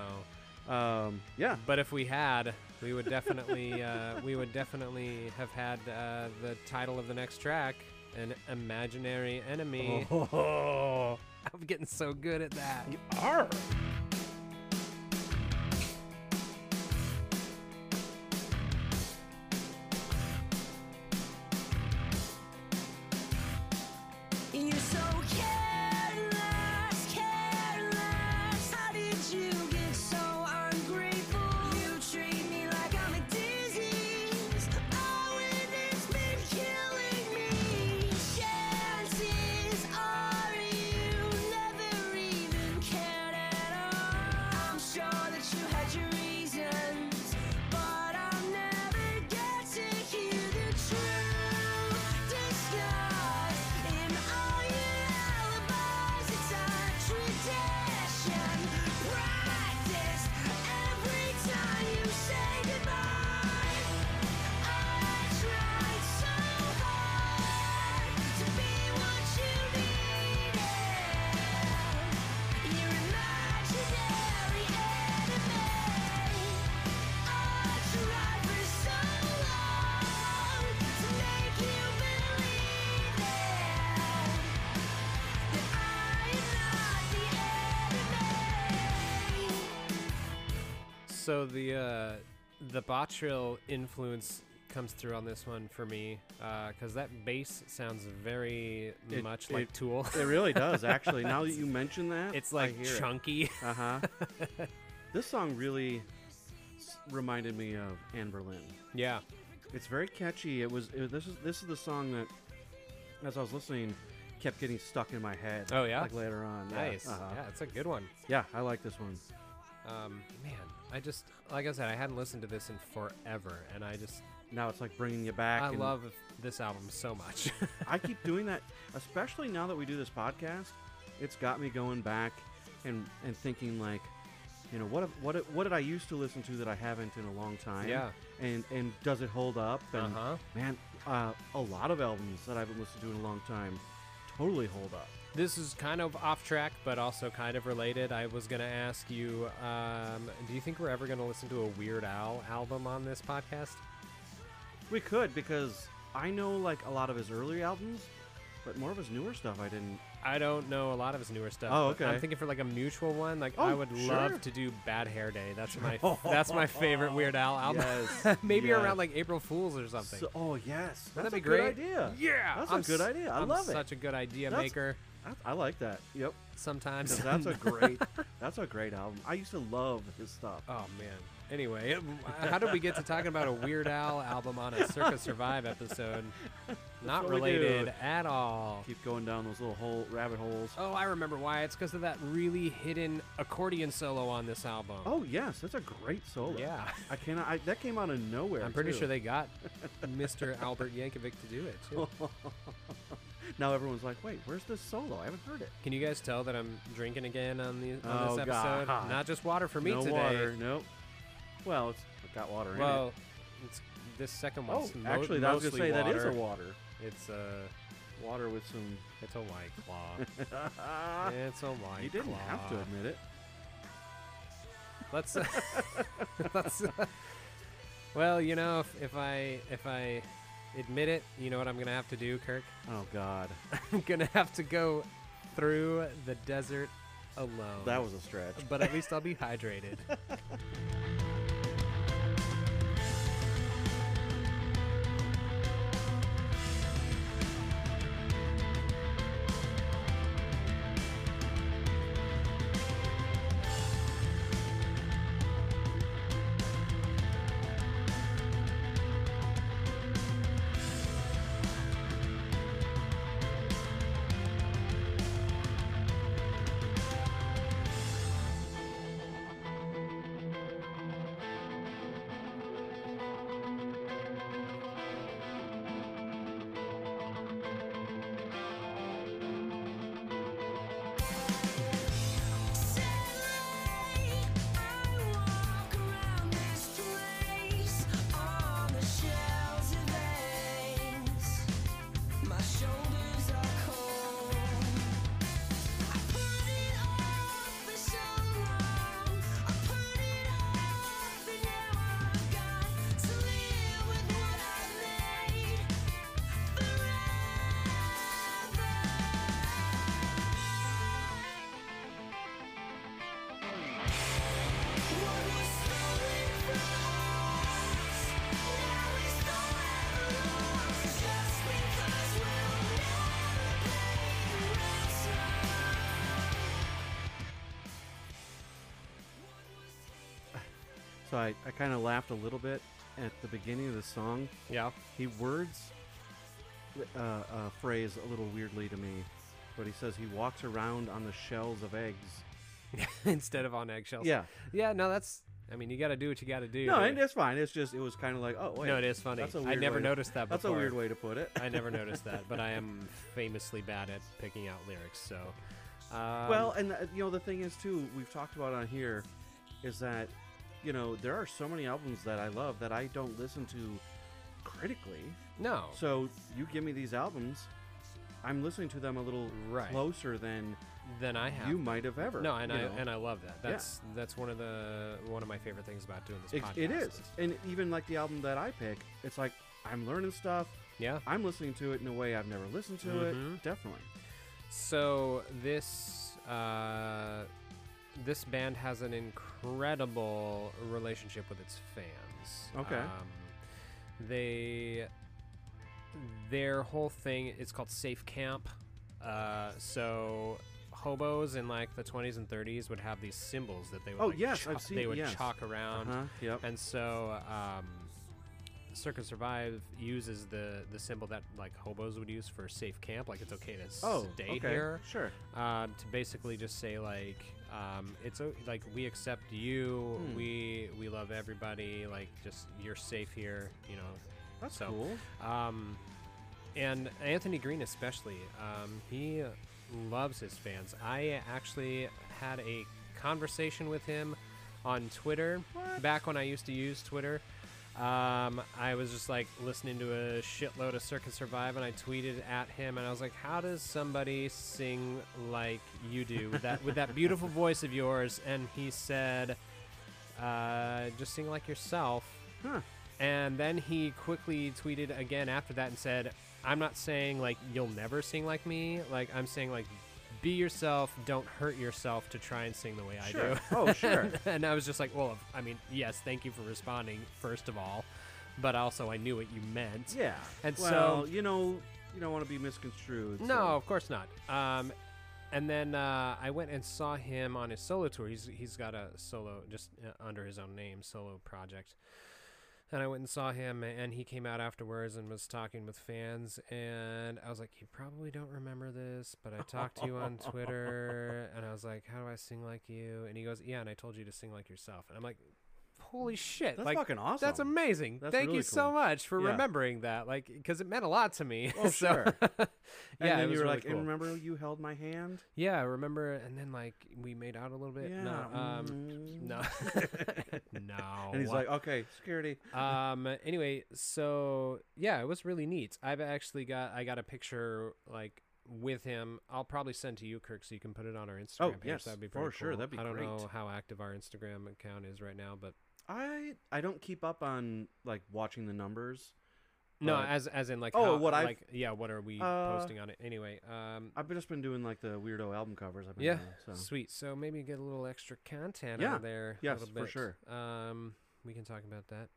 B: Um, yeah,
A: But if we had, we would definitely uh, we would definitely have had uh, the title of the next track, an imaginary enemy.
B: Oh.
A: I'm getting so good at that.
C: And you're so careless, careless. How did you get so ungrateful? You treat me like I'm a disease. Oh, and it's been killing me. Chances are you never even cared at all. I'm sure that you had your reasons, but I'll never get to hear the truth disguised in all your alibis. It's our tradition, practice every time you say goodbye. I tried so hard to be what you needed. Your imaginary enemy. I tried for so long to make you believe it. That I am not the enemy.
A: So the uh, the Bottrill influence comes through on this one for me because that bass sounds very
B: It-
A: much like
B: it-
A: Tool.
B: it really does actually. Now that you mention that,
A: it's like chunky.
B: Uh huh. this song really s- reminded me of Anne Berlin.
A: yeah.
B: It's very catchy. It was it, this is this is the song that, as I was listening, kept getting stuck in my head.
A: Oh, yeah?
B: like later on. Yeah,
A: Nice. Yeah,
B: uh-huh.
A: it's a good one.
B: yeah, I like this one.
A: Um, man, I just like I said, I hadn't listened to this in forever, and I just
B: Now it's like bringing you back.
A: I
B: and
A: love this album so much.
B: I keep doing that, especially now that we do this podcast. It's got me going back and and thinking like, you know, what have- what what did I used to listen to that I haven't in a long time?
A: Yeah.
B: And and does it hold up? And
A: Uh-huh.
B: man, uh, a lot of albums that I haven't listened to in a long time totally hold up.
A: This is kind of off track, but also kind of related. I was going to ask you um, do you think we're ever going to listen to a Weird Al album on this podcast?
B: We could because I know like a lot of his early albums, but more of his newer stuff I didn't.
A: I don't know a lot of his newer stuff.
B: Oh,
A: but I'm
B: okay.
A: thinking for like a mutual one. Like I
B: Oh,
A: would
B: sure. Oh.
A: love to do Bad Hair Day. That's my that's my favorite Weird Al album.
B: Yes,
A: Maybe
B: yes.
A: around like April Fools or something.
B: So, oh yes, that's
A: Wouldn't that
B: a
A: be
B: great
A: great
B: idea.
A: Yeah,
B: that's
A: I'm
B: a good
A: s-
B: idea. I
A: I'm
B: love it.
A: Such a good idea
B: That's-
A: maker.
B: I, I like that. Yep.
A: Sometimes
B: 'Cause that's a great that's a great album i used to love his stuff
A: Oh man. Anyway, it- how did we get to talking about a Weird Al album on a Circus Survive episode? Not
B: what we do.
A: related at all.
B: keep going down those little hole rabbit holes
A: Oh, I remember why. It's because of that really hidden accordion solo on this album.
B: oh yes that's a great solo
A: Yeah.
B: i cannot I, that came out of nowhere
A: I'm pretty
B: too.
A: sure they got Mr. Albert Yankovic to do it too.
B: now everyone's like wait where's this solo i haven't heard it
A: Can you guys tell that I'm drinking again on the on
B: Oh,
A: this episode?
B: God.
A: Not just water for me
B: no
A: today.
B: water nope well it's it got water
A: Well, it's this second
B: in it
A: one's
B: oh
A: mo-
B: actually that was gonna
A: mostly
B: say that is a
A: water.
B: water
A: It's uh, a
B: water with some
A: it's a white claw. It's a white
B: you didn't
A: claw.
B: have to admit it
A: Let's. Uh, let's. Uh, well, you know, if, if I if I admit it, you know what I'm gonna have to do, Kirk.
B: oh god
A: I'm gonna have to go through the desert alone.
B: that was a stretch
A: But at least I'll be hydrated.
C: What was stolen from us now is forever lost. Just because we'll never pay ransom.
B: So I, I kind of laughed a little bit at the beginning of the song.
A: Yeah.
B: He words uh, a phrase a little weirdly to me, but he says he walks around on the shells of eggs.
A: Instead of on eggshells.
B: Yeah.
A: Yeah. No, that's. I mean, you got to do what you got to do.
B: No,
A: to-
B: and it's fine. It's just, it was kind of like, oh, wait.
A: No, it is funny.
B: That's a
A: I
B: weird
A: never
B: way to-
A: noticed that
B: That's a
A: before.
B: weird way to put it.
A: I never noticed that, but I am famously bad at picking out lyrics. So. Um,
B: well, and th- you know the thing is too, we've talked about on here, is that you know there are so many albums that I love that I don't listen to critically.
A: no.
B: So you give me these albums, I'm listening to them a little
A: Right.
B: closer than
A: Then I have.
B: you might have ever.
A: No, and
B: you
A: I
B: know.
A: and I love that. That's that's one of the one of my favorite things about doing this.
B: It-
A: podcast
B: it is, and even like the album that I pick, it's like I'm learning stuff.
A: Yeah.
B: I'm listening to it in a way I've never listened to
A: Mhm.
B: it. Definitely.
A: So this uh, this band has an incredible relationship with its fans. Um,
B: Okay.
A: they their whole thing it's called Safe Camp. Uh, so hobos in like the 20s and 30s would have these symbols that they would
B: Oh,
A: like,
B: yes, I've
A: chalk-
B: seen-
A: they would
B: yes.
A: chalk around
B: Uh-huh, yep.
A: Um, and so um, Circus Survive uses the the symbol that like hobos would use for safe camp, like it's okay to
B: Oh,
A: stay
B: okay,
A: here,
B: sure.
A: um, to basically just say like um, it's o- like we accept you,
B: Hmm.
A: we we love everybody, like just you're safe here, you know.
B: That's
A: so,
B: cool.
A: Um, and Anthony Green especially, um, he loves his fans. I actually had a conversation with him on Twitter back when I used to use Twitter. Um, I was just like listening to a shitload of Circus Survive, and I tweeted at him, and I was like, "How does somebody sing like you do with that with that beautiful voice of yours?" And he said, uh, "Just sing like yourself."
B: Huh.
A: And then he quickly tweeted again after that and said, I'm not saying like you'll never sing like me. Like I'm saying like be yourself, don't hurt yourself to try and sing the way I
B: Sure.
A: do.
B: Oh, sure.
A: and I was just like, well, I mean, yes, thank you for responding first of all, but also I knew what you meant.
B: Yeah.
A: And
B: well,
A: so-
B: you know, you don't want to be misconstrued.
A: No,
B: so-
A: of course not. Um, and then uh, I went and saw him on his solo tour. He's he's got a solo just uh, under his own name solo project. And I went and saw him, and he came out afterwards and was talking with fans. And I was like, "You probably don't remember this, but I talked to you on Twitter." And I was like, "How do I sing like you?" And he goes, "Yeah, and I told you to sing like yourself." And I'm like, "Holy shit!
B: That's
A: like,
B: fucking awesome.
A: That's amazing!
B: That's
A: Thank
B: really
A: you so
B: cool.
A: much for
B: Yeah.
A: remembering that, like, because it meant a lot to me."
B: Oh,
A: So-
B: sure. And
A: yeah,
B: then
A: it
B: you
A: was
B: were
A: really
B: like,
A: cool.
B: and remember you held my hand?
A: Yeah, I remember, and then like we made out a little bit.
B: yeah.
A: No, um,
B: mm.
A: no, no.
B: And he's like, okay, security.
A: um. Anyway, so yeah, it was really neat. I've actually got I got a picture like with him. I'll probably send to you, Kirk, so you can put it on our Instagram page.
B: Oh, yes,
A: that'd be
B: for
A: pretty
B: sure,
A: cool.
B: that'd be
A: I don't
B: great.
A: know how active our Instagram account is right now, but
B: I I don't keep up on like watching the numbers.
A: no,
B: But-
A: as as in like
B: Oh,
A: how-
B: what I've-
A: like yeah, what are we
B: Uh,
A: posting on it anyway? Um.
B: I've just been doing like the weirdo album covers. I've been
A: Yeah,
B: doing, so.
A: sweet. So maybe get a little extra content
B: Yeah,
A: out of there.
B: yes,
A: a little
B: for
A: bit.
B: sure.
A: Um, we can talk about that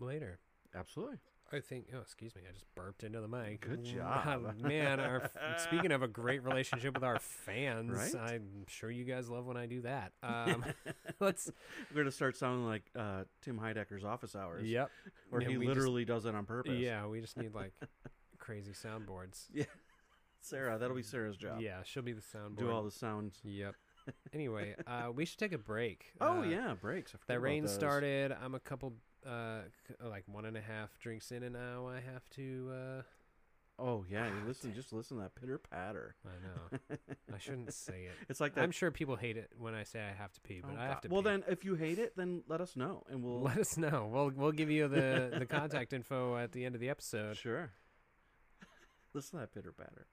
A: later.
B: absolutely.
A: I think. Oh, excuse me. I just burped into the mic.
B: Good
A: Wow,
B: job.
A: man. Our, f- speaking of a great relationship with our fans,
B: Right?
A: I'm sure you guys love when I do that. Um, let's.
B: We're gonna start sounding like uh, Tim Heidecker's Office Hours.
A: Yep.
B: Where
A: Yeah,
B: he
A: we just-
B: literally does it on purpose.
A: Yeah, we just need like crazy soundboards.
B: Sarah, that'll be Sarah's job.
A: Yeah, she'll be the soundboard.
B: Do all the sounds.
A: Yep. Anyway, uh, we should take a break.
B: Oh
A: Uh,
B: yeah, breaks. I forgot
A: That
B: about
A: rain
B: those.
A: started. I'm a couple, uh, c- like one and a half drinks in, and now I have to. Uh,
B: Oh yeah, you
A: Ah,
B: listen.
A: dang.
B: Just listen to that pitter patter.
A: I know. I shouldn't say it.
B: It's like that
A: I'm sure people hate it when I say I have to pee, but
B: Oh,
A: I have
B: God.
A: to.
B: Well,
A: pee.
B: then, if you hate it, then let us know, and we'll
A: let us know. We'll we'll give you the the contact info at the end of the episode.
B: sure. Listen to that pitter patter.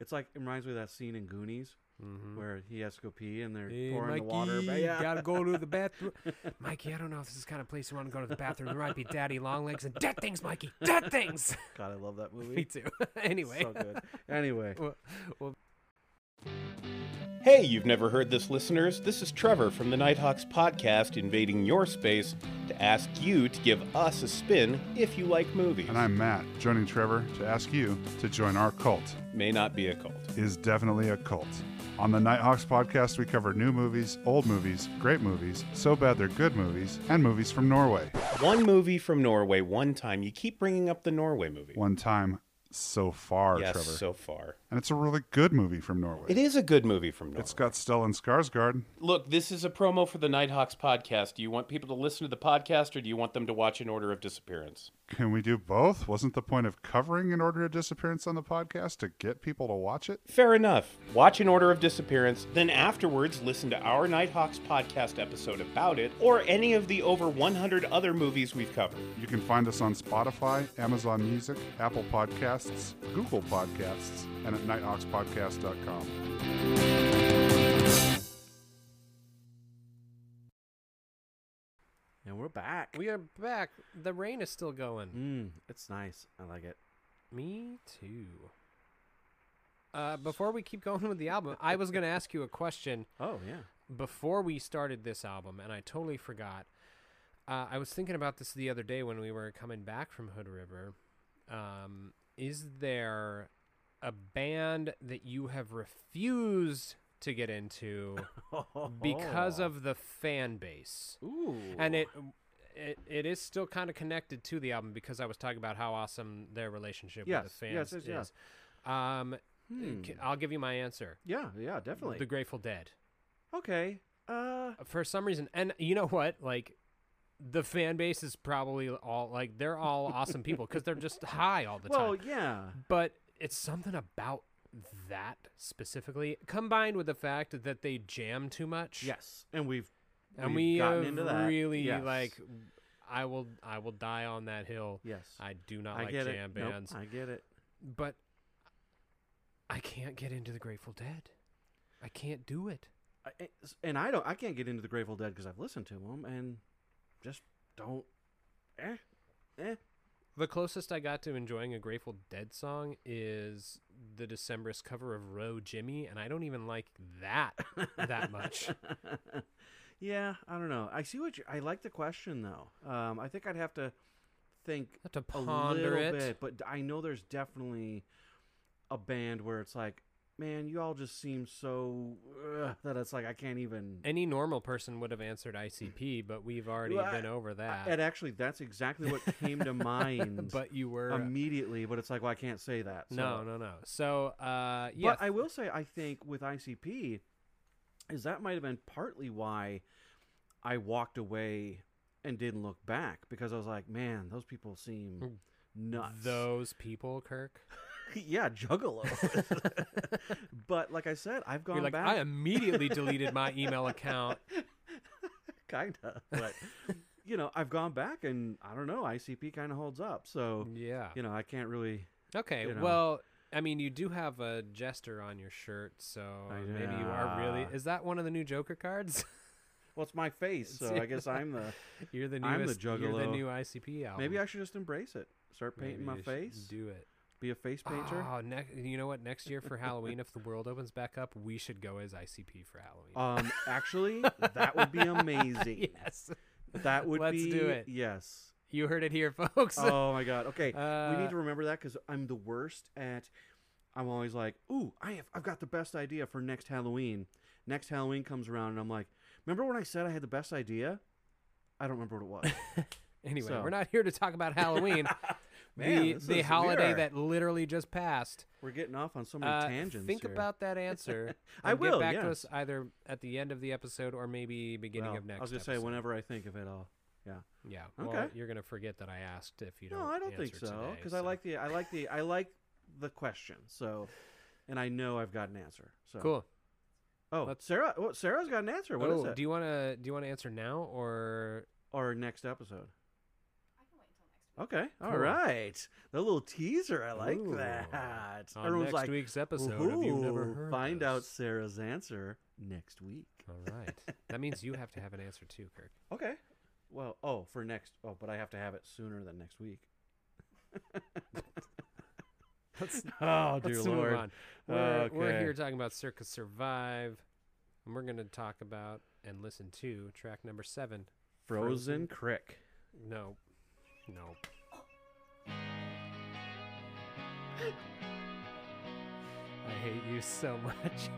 B: It's like it reminds me of that scene in Goonies
A: Mm-hmm.
B: where he has to go pee and they're
A: Hey,
B: pouring
A: Mikey,
B: the water. But yeah.
A: gotta go to the bathroom. Mikey, I don't know if this is the kind of place you want to go to the bathroom. There might be daddy long legs and dead things, Mikey. Dead things.
B: God, I love that movie.
A: Me too. anyway,
B: so good. Anyway,
A: Well- well,
D: Hey, you've never heard this, listeners. This is Trevor from the Nighthawks podcast invading your space to ask you to give us a spin if you like movies.
E: And I'm Matt, joining Trevor to ask you to join our cult.
D: May not be a cult.
E: is definitely a cult. On the Nighthawks podcast, we cover new movies, old movies, great movies, so bad they're good movies, and movies from Norway.
D: One movie from Norway, one time. You keep bringing up the Norway movie.
E: One time so far,
D: yes,
E: Trevor.
D: so far.
E: and it's a really good movie from Norway.
D: It is a good movie from Norway.
E: It's got Stellan Skarsgård.
D: Look, this is a promo for the Nighthawks podcast. Do you want people to listen to the podcast or do you want them to watch In Order of Disappearance?
E: Can we do both? Wasn't the point of covering an order of disappearance on the podcast to get people to watch it?
D: Fair enough. Watch In Order of Disappearance, then afterwards listen to our Nighthawks podcast episode about it or any of the over 100 other movies we've covered.
E: You can find us on Spotify, Amazon Music, Apple Podcasts, Google Podcasts, and at nighthawkspodcast.com.
B: And we're back.
A: We are back. The rain is still going.
B: Mm, it's nice. I like it.
A: Me too. Uh, before we keep going with the album, I was going to ask you a question
B: Oh yeah.
A: before we started this album, and I totally forgot. Uh, I was thinking about this the other day when we were coming back from Hood River. Um, is there a band that you have refused to get into because of the fan base?
B: Ooh.
A: and it, um, it it is still kind of connected to the album because I was talking about how awesome their relationship with
B: Yes,
A: the fans
B: yes, yes,
A: is.
B: yeah.
A: Um,
B: Hmm.
A: c- I'll give you my answer.
B: Yeah, yeah, definitely.
A: The Grateful Dead.
B: okay. Uh.
A: For some reason, and you know what? Like, the fan base is probably all like they're all awesome people because they're just high all the
B: Well,
A: time.
B: yeah.
A: But it's something about that specifically, combined with the fact that they jam too much.
B: Yes, and we've
A: and
B: we've
A: we
B: gotten
A: have
B: into that.
A: really
B: Yes.
A: like. I will I will die on that hill.
B: Yes.
A: I do not
B: I
A: like
B: get
A: jam
B: it. Nope,
A: bands,
B: I get it.
A: but I can't get into the Grateful Dead. I can't do it.
B: I, it's- and I don't. I can't get into the Grateful Dead because I've listened to them and just don't. Eh, eh.
A: The closest I got to enjoying a Grateful Dead song is the Decemberist cover of "Row Jimmy," and I don't even like that that much.
B: yeah, I don't know. I see what you. I like the question though. Um, I think I'd have to think
A: Have to
B: a
A: ponder
B: little
A: it.
B: bit, but I know there's definitely a band where it's like, man, you all just seem so ugh, that it's like I can't even.
A: Any normal person would have answered ICP, but we've already
B: Well, I-
A: been over that.
B: and actually, that's exactly what came to mind.
A: but you were
B: immediately, but it's like, well, I can't say that. so-
A: no, no, no. So, uh,
B: But
A: yeah,
B: I will say, I think with ICP, is that might have been partly why I walked away and didn't look back because I was like, man, those people seem nuts.
A: those people, Kirk.
B: yeah, juggalo. but like I said, I've gone
A: You're like,
B: back.
A: I immediately deleted my email account.
B: kinda, but you know, I've gone back, and I don't know. ICP kind of holds up, so
A: Yeah.
B: you know, I can't really.
A: Okay.
B: you know.
A: Well, I mean, you do have a jester on your shirt, so
B: I-
A: maybe you are really.
B: yeah.
A: Is that one of the new Joker cards?
B: Well, it's my face, so I guess I'm the.
A: you're the
B: I'm the
A: newest. You're the
B: juggalo.
A: new ICP album.
B: Maybe I should just embrace it. Start
A: Maybe
B: painting my
A: you should
B: face.
A: Do it.
B: Be a face painter.
A: Oh, ne- you know what? Next year for Halloween, if the world opens back up, we should go as ICP for Halloween.
B: Um, actually, that would be amazing.
A: yes.
B: That would
A: Let's
B: be.
A: do it.
B: Yes.
A: You heard it here, folks.
B: Oh my god. Okay, we
A: Uh,
B: need to remember that because I'm the worst at. I'm always like, ooh, I have, I've got the best idea for next Halloween. Next Halloween comes around, and I'm like, remember when I said I had the best idea? I don't remember what it was.
A: anyway,
B: so-
A: we're not here to talk about Halloween.
B: Man,
A: the
B: this
A: the
B: is- we
A: holiday
B: are-
A: that literally just passed.
B: We're getting off on so many
A: Uh,
B: tangents.
A: Think
B: here.
A: about that answer.
B: I
A: and
B: will,
A: Get back to
B: yes.
A: us either at the end of the episode or maybe beginning
B: Well,
A: of next.
B: I was gonna say
A: episode.
B: whenever I think of it, I'll. Yeah.
A: Yeah. Well,
B: Okay.
A: you're gonna forget that I asked if you don't.
B: no, I don't think
A: answer
B: so
A: today,
B: because I like the I like the I like the question. So, and I know I've got an answer. So
A: Cool.
B: Oh,
A: Let's-
B: Sarah. Well, Sarah's got an answer. What is
A: oh,
B: it?
A: do you wanna do you wanna answer now or
B: or next episode. Okay. All
A: Cool.
B: right. The little teaser. I like
A: Ooh.
B: that.
A: on
B: Everyone's
A: next
B: like,
A: week's episode of you never
B: "Ooh,
A: heard
B: find
A: this."
B: out Sarah's answer next week.
A: All right. that means you have to have an answer too, Kirk.
B: Okay. Well, oh, for next. Oh, but I have to have it sooner than next week.
A: Let's,
B: Oh, dear
A: let's
B: lord.
A: move on. We're, we're
B: Okay.
A: here talking about Circus Survive. And we're going to talk about and listen to track number seven.
B: Frozen Crick.
A: No. No. I hate you so much.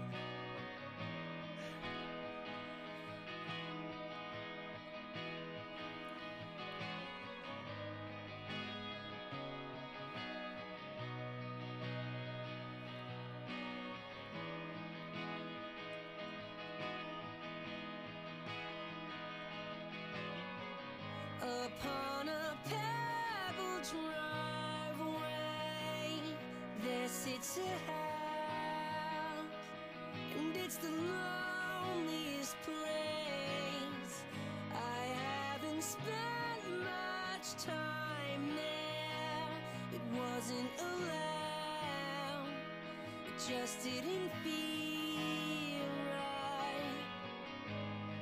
C: Upon a pebble driveway, there sits a house, and it's the loneliest place. I haven't spent much time there, it wasn't allowed, it just didn't feel right.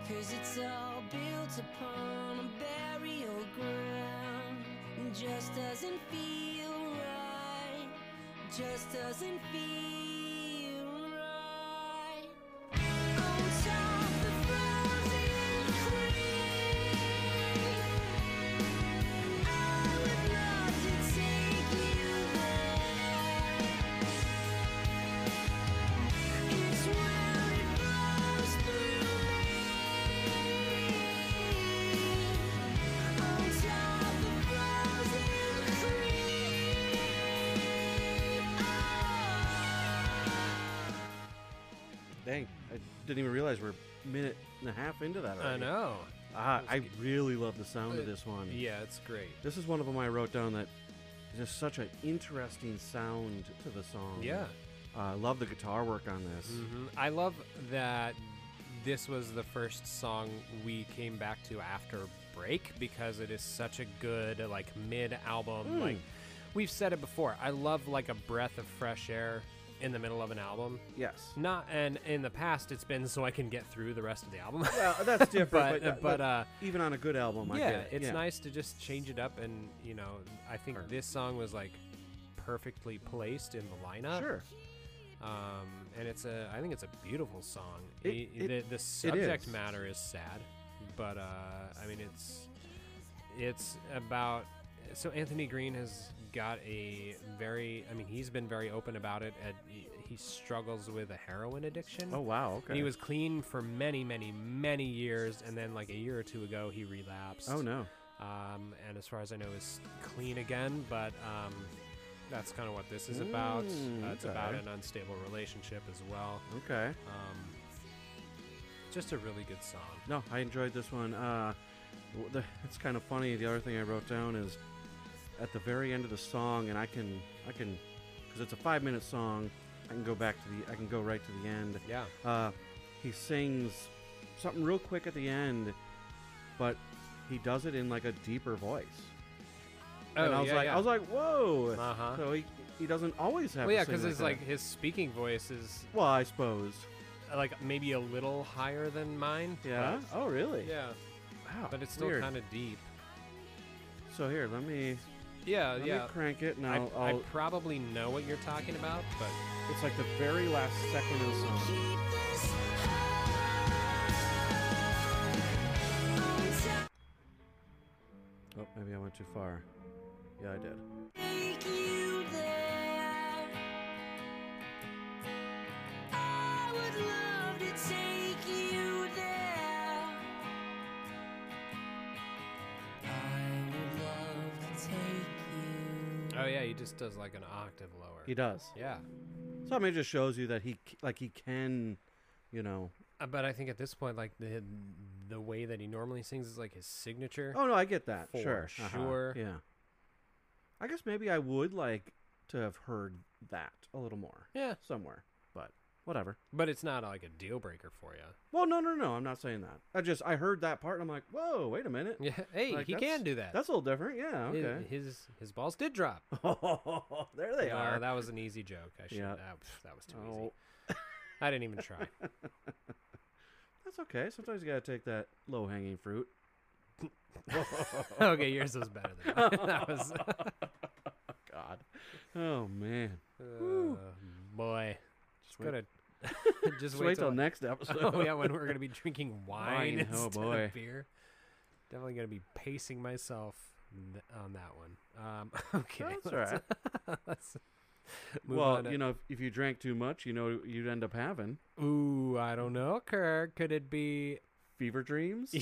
C: Cause it's all built upon a burial ground. Just doesn't feel right. Just doesn't feel right. On top the frozen creek, I would love to take you there. It's where it flows through me on top of frozen Oh, creek.
B: Dang, I didn't even realize we're a minute and a half into that
A: I
B: already.
A: know.
B: Ah, I really love the sound of
A: Uh,
B: this one.
A: Yeah, it's great.
B: This is one of them I wrote down that there's such an interesting sound to the song.
A: Yeah.
B: Uh, I love the guitar work on this.
A: hmm I love that this was the first song we came back to after break because it is such a good like mid album like we've said it before I love like a breath of fresh air in the middle of an album
B: Yes.
A: not and in the past it's been so I can get through the rest of the album
B: Well, that's different,
A: but
B: but,
A: but, uh
B: even on a good album, I
A: yeah
B: get it.
A: it's nice to just change it up and you know I think
B: Sure.
A: this song was like perfectly placed in the lineup
B: Sure.
A: um, and it's a I think it's a beautiful song.
B: It-
A: I-
B: it-
A: the, the subject
B: is.
A: matter is sad, but uh, I mean it's it's about so Anthony Green has got a very I mean he's been very open about it. And he, he struggles with a heroin addiction.
B: Oh wow. Okay.
A: And he was clean for many, many, many years, and then like a year or two ago, he relapsed.
B: Oh no.
A: Um, and as far as I know, is clean again. But um, that's kind of what this is about.
B: Mm,
A: uh, it's about
B: okay.
A: an unstable relationship as well.
B: Okay.
A: Um, just a really good song.
B: No, I enjoyed this one. Uh, w- the, it's kind of funny. The other thing I wrote down is at the very end of the song, and I can, I can, because it's a five-minute song. I can go back to the, I can go right to the end.
A: Yeah.
B: Uh, he sings something real quick at the end, but he does it in like a deeper voice. and I was like, I was like, whoa.
A: Oh, Uh-huh.
B: So he, he doesn't always have.
A: well, yeah,
B: to sing
A: because it's
B: that.
A: like his speaking voice is
B: Well, I suppose.
A: uh, like maybe a little higher than mine.
B: Yeah. Oh,
A: but-
B: really?
A: yeah,
B: Wow.
A: but it's still
B: weird.
A: kind of deep.
B: So here, let me
A: Yeah,
B: let
A: yeah.
B: me crank it, and
A: I,
B: I'll,
A: I
B: I'll-
A: probably know what you're talking about, but
B: It's like the very last second of the song.
C: Keep this high on top.
B: Oh, maybe I went too far. Yeah, I did.
C: Take you there. I would love to take you there. I would love to take you.
A: oh yeah, he just does like an octave lower.
B: He does.
A: Yeah,
B: So I mean, it just shows you that he c- like he can, you know.
A: Uh, but I think at this point, like the the way that he normally sings is like his signature.
B: Oh no, I get that.
A: For
B: sure, Uh-huh.
A: sure.
B: Yeah. I guess maybe I would like to have heard that a little more
A: Yeah,
B: somewhere, but whatever.
A: but it's not like a deal breaker for you.
B: Well, no, no, no. I'm not saying that. I just I heard that part and I'm like, whoa, wait a minute.
A: Yeah, hey,
B: Like,
A: he
B: that's-
A: can do that.
B: That's a little different. Yeah.
A: His-
B: Okay.
A: His his, balls did drop.
B: Oh, there they
A: Uh,
B: are.
A: That was an easy joke. I should.
B: Yeah.
A: That, pff, that was too easy.
B: Oh,
A: I didn't even try.
B: that's okay. Sometimes you gotta take that low hanging fruit.
A: okay, yours was better than mine. that was.
B: God. Oh man.
A: Uh, boy,
B: Just
A: let's go
B: wait-
A: to Just
B: Just wait till
A: I-
B: next episode.
A: Oh yeah, when we're gonna be drinking wine,
B: Wine, oh
A: instead
B: boy.
A: of beer. Definitely gonna be pacing myself n- on that one. Um, okay,
B: That's all right.
A: let's move on.
B: Well,
A: to-
B: you know, if, if you drank too much, you know, you'd end up having
A: ooh, I don't know, Kirk. Could it be?
B: fever dreams.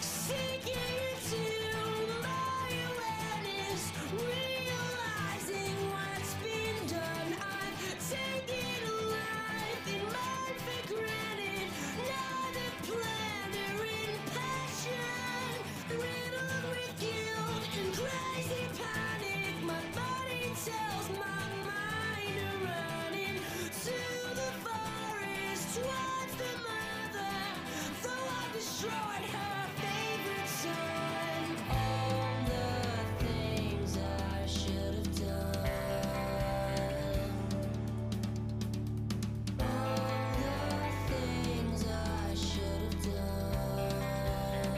C: Sinking into my awareness, realizing what's been done. I've taken a life in mind for granted. Not a planner in passion, riddled with guilt and crazy panic. My body tells my mind to run into the forest towards the mother. Though I destroyed her favorite son, all the things I should have done. All the things I should have done.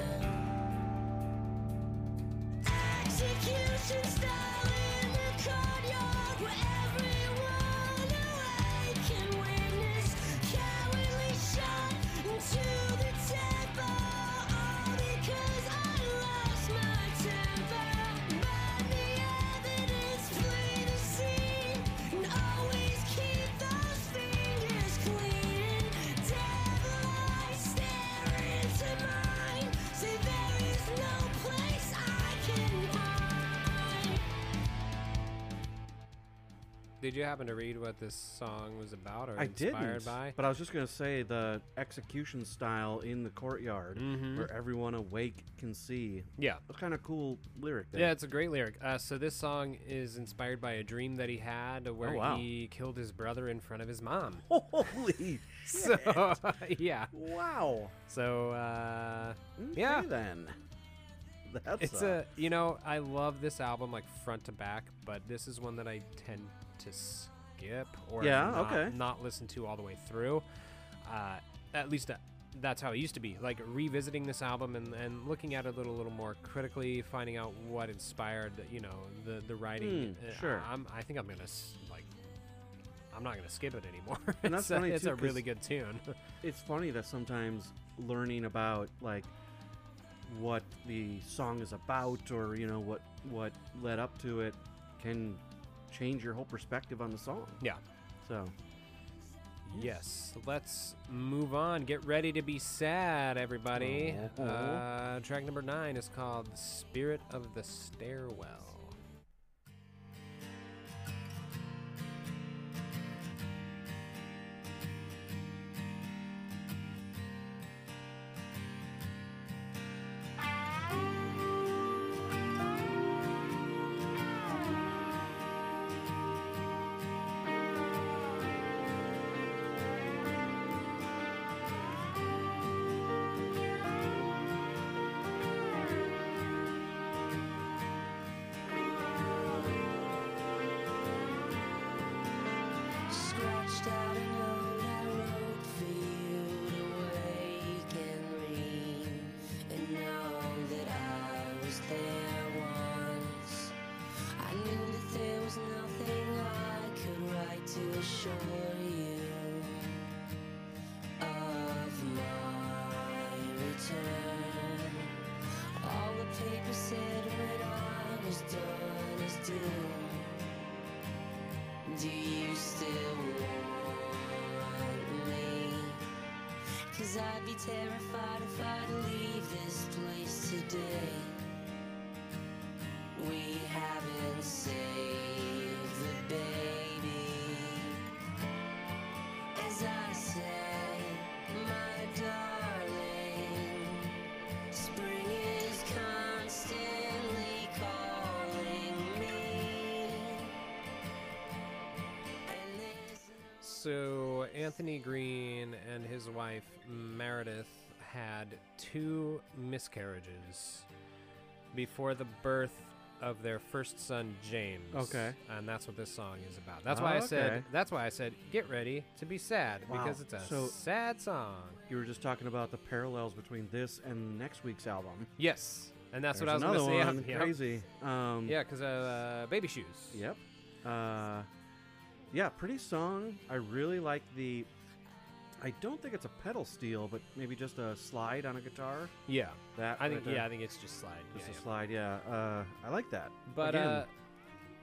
C: Execution style in the courtyard where everyone awake can witness. Cowardly shot into the temple, all because I lost my temper. Burn the evidence, flee the scene, and always keep those fingers clean. Devil eyes stare into mine, say there is no place I can hide.
A: Did you happen to read what this song was about or
B: I
A: inspired
B: didn't.
A: by?
B: But I was just gonna say the execution style in the courtyard,
A: Mm-hmm.
B: where everyone awake can see.
A: Yeah.
B: That's kind of cool lyric. There.
A: Yeah, it's a great lyric. Uh, so this song is inspired by a dream that he had where
B: Oh, wow.
A: he killed his brother in front of his mom.
B: Holy shit!
A: So yeah.
B: Wow.
A: So uh,
B: Okay,
A: yeah,
B: Then. That's
A: it's a you know I love this album like front to back, but this is one that I tend to skip or
B: Yeah,
A: not,
B: okay.
A: not listen to all the way through. Uh, at least that, that's how it used to be. Like revisiting this album and, and looking at it a little little more critically, finding out what inspired you know the the writing.
B: Mm,
A: Uh,
B: sure.
A: I'm, I think I'm gonna s- like. I'm not gonna skip it anymore.
B: And that's
A: it's a,
B: funny,
A: it's
B: too,
A: a really
B: 'cause-
A: good tune.
B: it's funny that sometimes learning about like what the song is about or you know what what led up to it can change your whole perspective on the song
A: yeah.
B: so
A: Yes, let's move on. Get ready to be sad, everybody.
B: Oh.
A: Uh, track number nine is called "The Spirit of the Stairwell."
C: Scratched out a note I wrote for you to wake and read and know that I was there once. I knew that there was nothing I could write to assure you of my return. All the paper said when I was done is due. Do you still want me? Cause I'd be terrified if I'd leave this place today. We haven't saved the baby. As I say, my darling, spring is constantly calling me. And there's
A: So Anthony Green and his wife Meredith had two miscarriages before the birth of their first son James.
B: Okay. Oh,
A: and that's what this song is about. That's why I said.
B: Okay.
A: That's why I said, "Get ready to be sad"
B: Wow.
A: because it's a
B: So-
A: sad song.
B: you were just talking about the parallels between this and next week's album
A: Yes. And that's
B: There's
A: what I was gonna
B: another
A: say.
B: one.
A: Yeah.
B: Crazy. Um,
A: Yeah, because uh, baby shoes.
B: Yep. Uh, yeah, pretty song. I really like the. I don't think it's a pedal steel, but maybe just a slide on a guitar.
A: Yeah.
B: That
A: I think.
B: right there.
A: yeah, I think it's just slide. Yeah,
B: just
A: yeah.
B: a slide. Yeah, uh, I like that.
A: But
B: Again,
A: uh,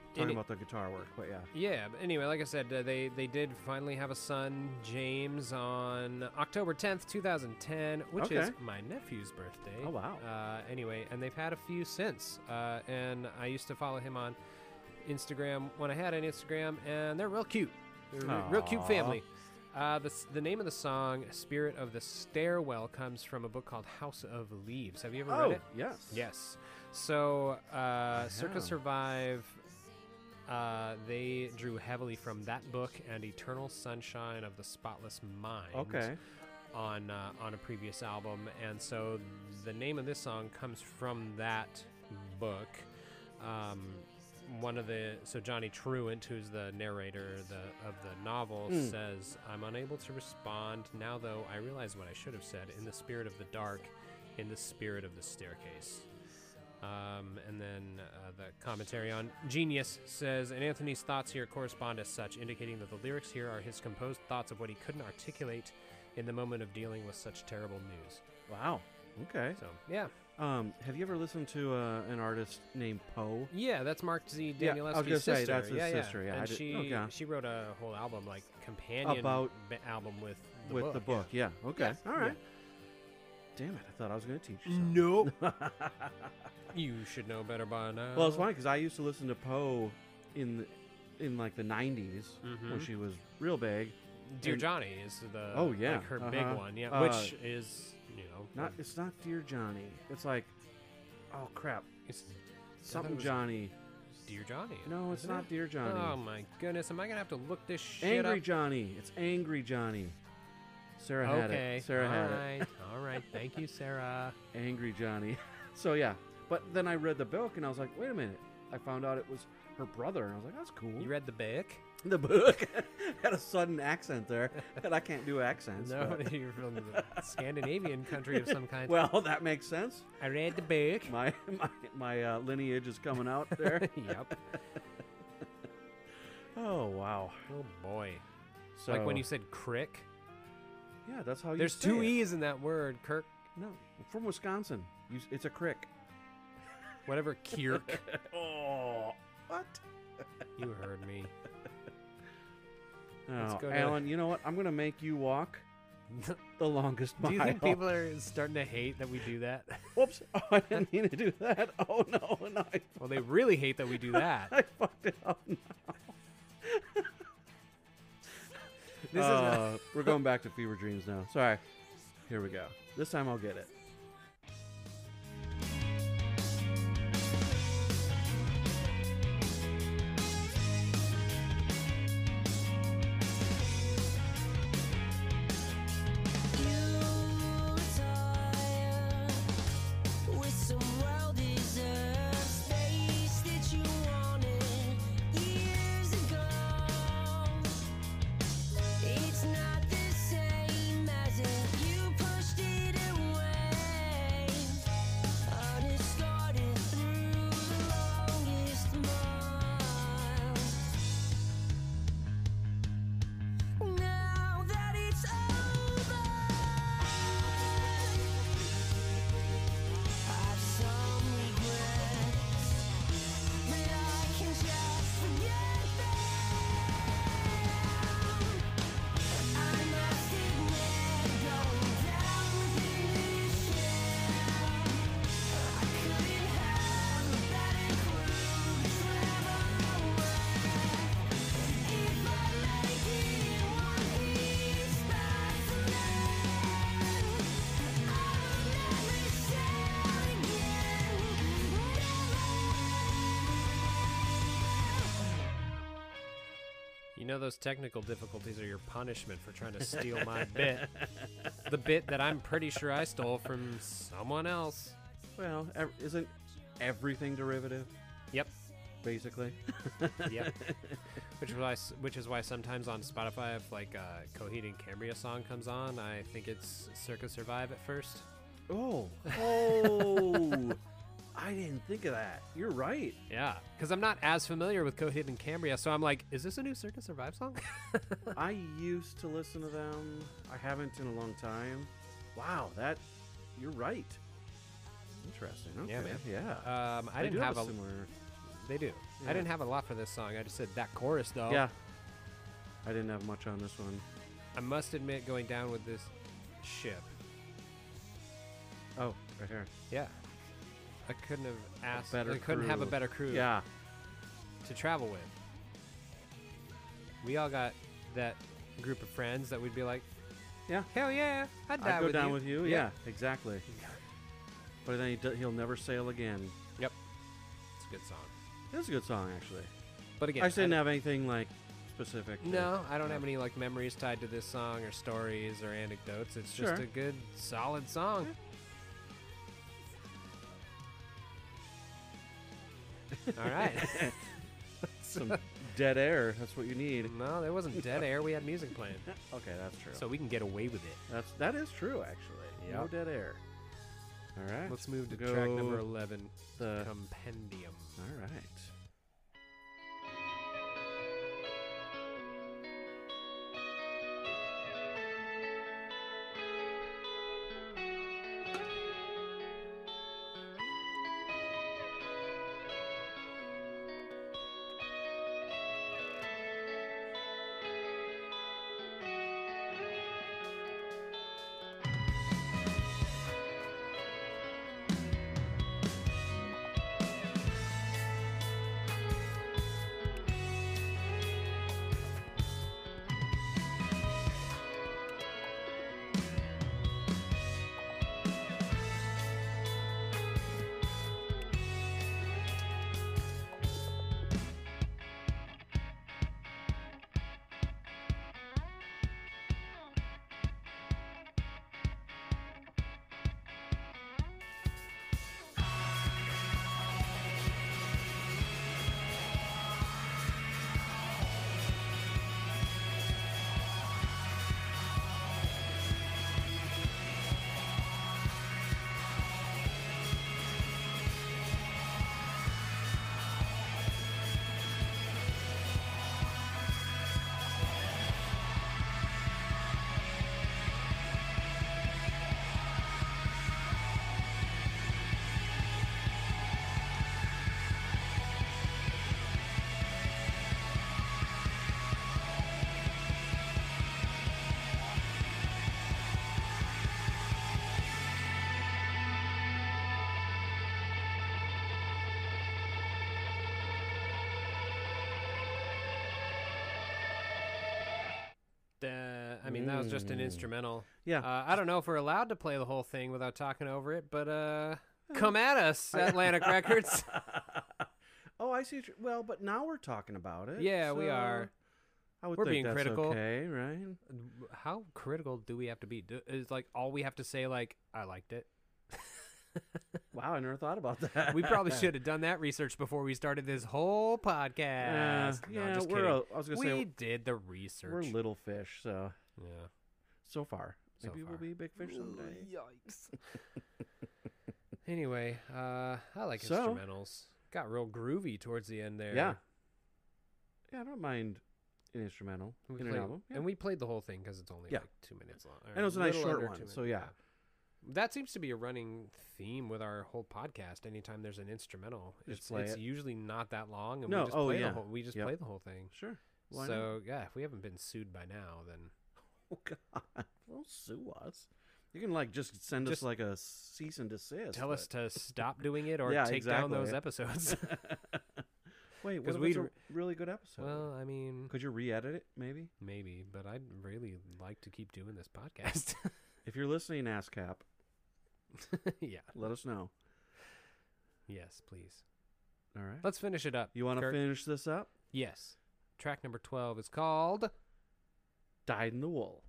B: talking
A: any-
B: about the guitar work, but yeah,
A: yeah. But anyway, like I said, uh, they they did finally have a son, James, on October tenth, two thousand ten, which is
B: Okay.
A: my nephew's birthday.
B: Oh, wow.
A: Uh, anyway, and they've had a few since. Uh, and I used to follow him on Instagram when I had an Instagram, and they're real cute. They're a re- real cute
B: Aw.
A: family. Uh, the, s- the name of the song, Spirit of the Stairwell, comes from a book called House of Leaves. Have you ever read
B: Oh,
A: it?
B: yes.
A: Yes. So, uh, Circa
B: have.
A: Survive, uh, they drew heavily from that book and Eternal Sunshine of the Spotless Mind
B: Okay.
A: on, uh, on a previous album. And so the name of this song comes from that book. Um, one of the so Johnny Truant, who's the narrator the, of the novel, says, "I'm unable to respond now, though I realize what I should have said. In the spirit of the dark, in the spirit of the staircase." Um, and then uh, the commentary on Genius says, and Anthony's thoughts here correspond as such, indicating that the lyrics here are his composed thoughts of what he couldn't articulate in the moment of dealing with such terrible news.
B: Wow. Okay.
A: So, yeah.
B: Um, have you ever listened to uh, an artist named Poe?
A: Yeah, that's Mark Z.
B: Yeah, I was
A: Danielewski's
B: gonna say,
A: sister.
B: that's his
A: yeah,
B: sister, yeah, I
A: and
B: did-
A: she
B: okay.
A: she wrote a whole album, like companion
B: About-
A: ba- album with the
B: With
A: book,
B: the book, yeah. Okay.
A: Yeah,
B: All right. Damn it! I thought I was going to teach you.
A: Mm,
B: Something.
A: You should know better by now.
B: Well, it's funny because I used to listen to Poe in the, in like the '90s when she was real big.
A: Mm-hmm. Dear
B: and-
A: Johnny is the
B: Oh, yeah,
A: like her big
B: uh-huh.
A: one, yeah,
B: Uh,
A: which is you know
B: Not
A: um,
B: it's not Dear Johnny. It's like, oh crap,
A: it's
B: something
A: it was-
B: Johnny.
A: Dear Johnny.
B: No, it's
A: isn't
B: not
A: it?
B: Dear Johnny.
A: Oh my goodness, am I gonna have to look this shit
B: Angry
A: up?
B: Johnny. It's Angry Johnny. Sarah had
A: okay,
B: it. Sarah had
A: all
B: it.
A: right, all right. Thank you, Sarah.
B: Angry Johnny. So yeah, but then I read the book and I was like, wait a minute. I found out it was her brother and I was like, that's cool.
A: You read the book?
B: the book had a sudden accent there, and I can't do accents.
A: No,
B: but-
A: you're from the Scandinavian country of some kind.
B: Well, that makes sense.
A: I read the book.
B: My my my uh, lineage is coming out there.
A: yep.
B: oh wow.
A: Oh boy.
B: So
A: like when you said crick.
B: yeah, that's how you.
A: There's
B: say
A: two E.
B: it.
A: e's in that word, Kirk.
B: No, from Wisconsin. You, s- it's a crick.
A: Whatever, Kirk.
B: Oh, what?
A: you heard me.
B: Oh,
A: go to-
B: Alan, you know what? I'm gonna make you walk the longest mile.
A: Do you think people are starting to hate that we do that?
B: Whoops! Oh, I didn't mean to do that. Oh no! no I,
A: Well, they really hate that we do that.
B: I fucked it up. Now.
A: This is not-
B: Uh, we're going back to fever dreams now. Sorry. Here we go. This time I'll get it.
C: Now that it's over I've some regrets, but I can just forget them. I must admit, going down within this shell, I couldn't have a better crew to travel with. If I make it in one piece, that's enough.
A: you know those technical difficulties are your punishment for trying to steal my bit. The bit that I'm pretty sure I stole from someone else.
B: Well, ev- isn't everything derivative,
A: Yep.
B: basically?
A: Yep. which is why, s- which is why sometimes on Spotify, if like a Coheed and Cambria song comes on, I think it's Circa Survive at first.
B: Oh. Oh. I didn't think of that. You're right.
A: Yeah, because I'm not as familiar with Coheed and Cambria, so I'm like, is this a new Circus Survive song?
B: I used to listen to them. I haven't in a long time. Wow, that you're right. Interesting. Okay.
A: Yeah, man.
B: Yeah.
A: um, I
B: They
A: didn't
B: do
A: have a.
B: similar.
A: They do. I
B: Yeah.
A: didn't have a lot for this song. I just said that chorus though.
B: Yeah. I didn't have much on this one.
A: I must admit, going down with this ship.
B: Oh, right here.
A: Yeah. I couldn't have asked.
B: better
A: I couldn't have a
B: crew.
A: better crew.
B: Yeah.
A: to travel with. We all got that group of friends that we'd be like,
B: Yeah.
A: hell yeah, I'd die
B: I'd go
A: with
B: down
A: you.
B: with you. Yeah,
A: Yep.
B: exactly. But then he d- he'll never sail again.
A: Yep. It's a good song.
B: It's a good song, actually.
A: But again,
B: I just didn't
A: don't-
B: have anything like specific. to-
A: No, I don't have any like memories tied to this song or stories or anecdotes. It's just
B: Sure.
A: a good, solid song. All right.
B: some dead air. That's what you need.
A: No, there wasn't dead air. We had music playing,
B: Okay, that's true.
A: Mm-hmm. so we can get away with it.
B: That's that is true actually. No
A: Yep.
B: dead air. All right.
A: Let's move to
B: go
A: track number eleven,
B: the-
A: compendium.
B: All right.
A: Uh, I mean, that was just an
B: Mm.
A: instrumental.
B: Yeah.
A: Uh, I don't know if we're allowed to play the whole thing without talking over it, but uh, come at us, Atlantic Records.
B: oh, I see. what you're- Well, but now we're talking about it.
A: Yeah, we
B: so
A: are.
B: I would
A: We're
B: think
A: being
B: that's
A: critical.
B: Okay, right?
A: How critical do we have to be? Do, is like all we have to say, like, I liked it.
B: Wow, I never thought about that.
A: We probably should have done that research before we started this whole
B: Yeah,
A: podcast. No, I'm
B: Uh, yeah,
A: just
B: we're.
A: kidding.
B: a- I was gonna
A: we
B: say
A: did the research.
B: we're little fish, so
A: yeah.
B: so far.
A: So
B: Maybe
A: far.
B: we'll be big fish someday.
A: Yikes. anyway, uh, I like
B: So-
A: instrumentals. Got real groovy towards the end there.
B: Yeah. Yeah, I don't mind an instrumental
A: We
B: in
A: played-
B: an album. Yeah.
A: And we played the whole thing because it's only
B: Yeah.
A: like two minutes long. or
B: And it was a nice
A: little
B: short
A: under
B: one,
A: two
B: so
A: minutes,
B: yeah.
A: That seems to be a running theme with our whole podcast. Anytime there's an instrumental,
B: Just
A: it's,
B: play
A: it's
B: it.
A: usually not that long, and we
B: No,
A: just
B: oh,
A: play
B: yeah.
A: the whole, we just
B: Yep.
A: play the whole thing.
B: sure. Why not?
A: so yeah, if we haven't been sued by now, then
B: Oh God! Don't sue us. You can like just send
A: Just
B: us like a cease and desist.
A: tell
B: but-
A: us to stop doing it or
B: Yeah,
A: take down
B: exactly.
A: those episodes.
B: Wait,
A: 'cause
B: what if
A: we'd
B: it's a
A: re-
B: really good episode?
A: well, I mean,
B: could you re-edit it maybe?
A: maybe, but I'd really like to keep doing this podcast.
B: If you're listening, ASCAP,
A: yeah.
B: let us know.
A: Yes, please.
B: All right.
A: Let's finish it up.
B: you want to
A: Kirk.
B: finish this up?
A: Yes. Track number twelve is called.
B: Dyed in the wool.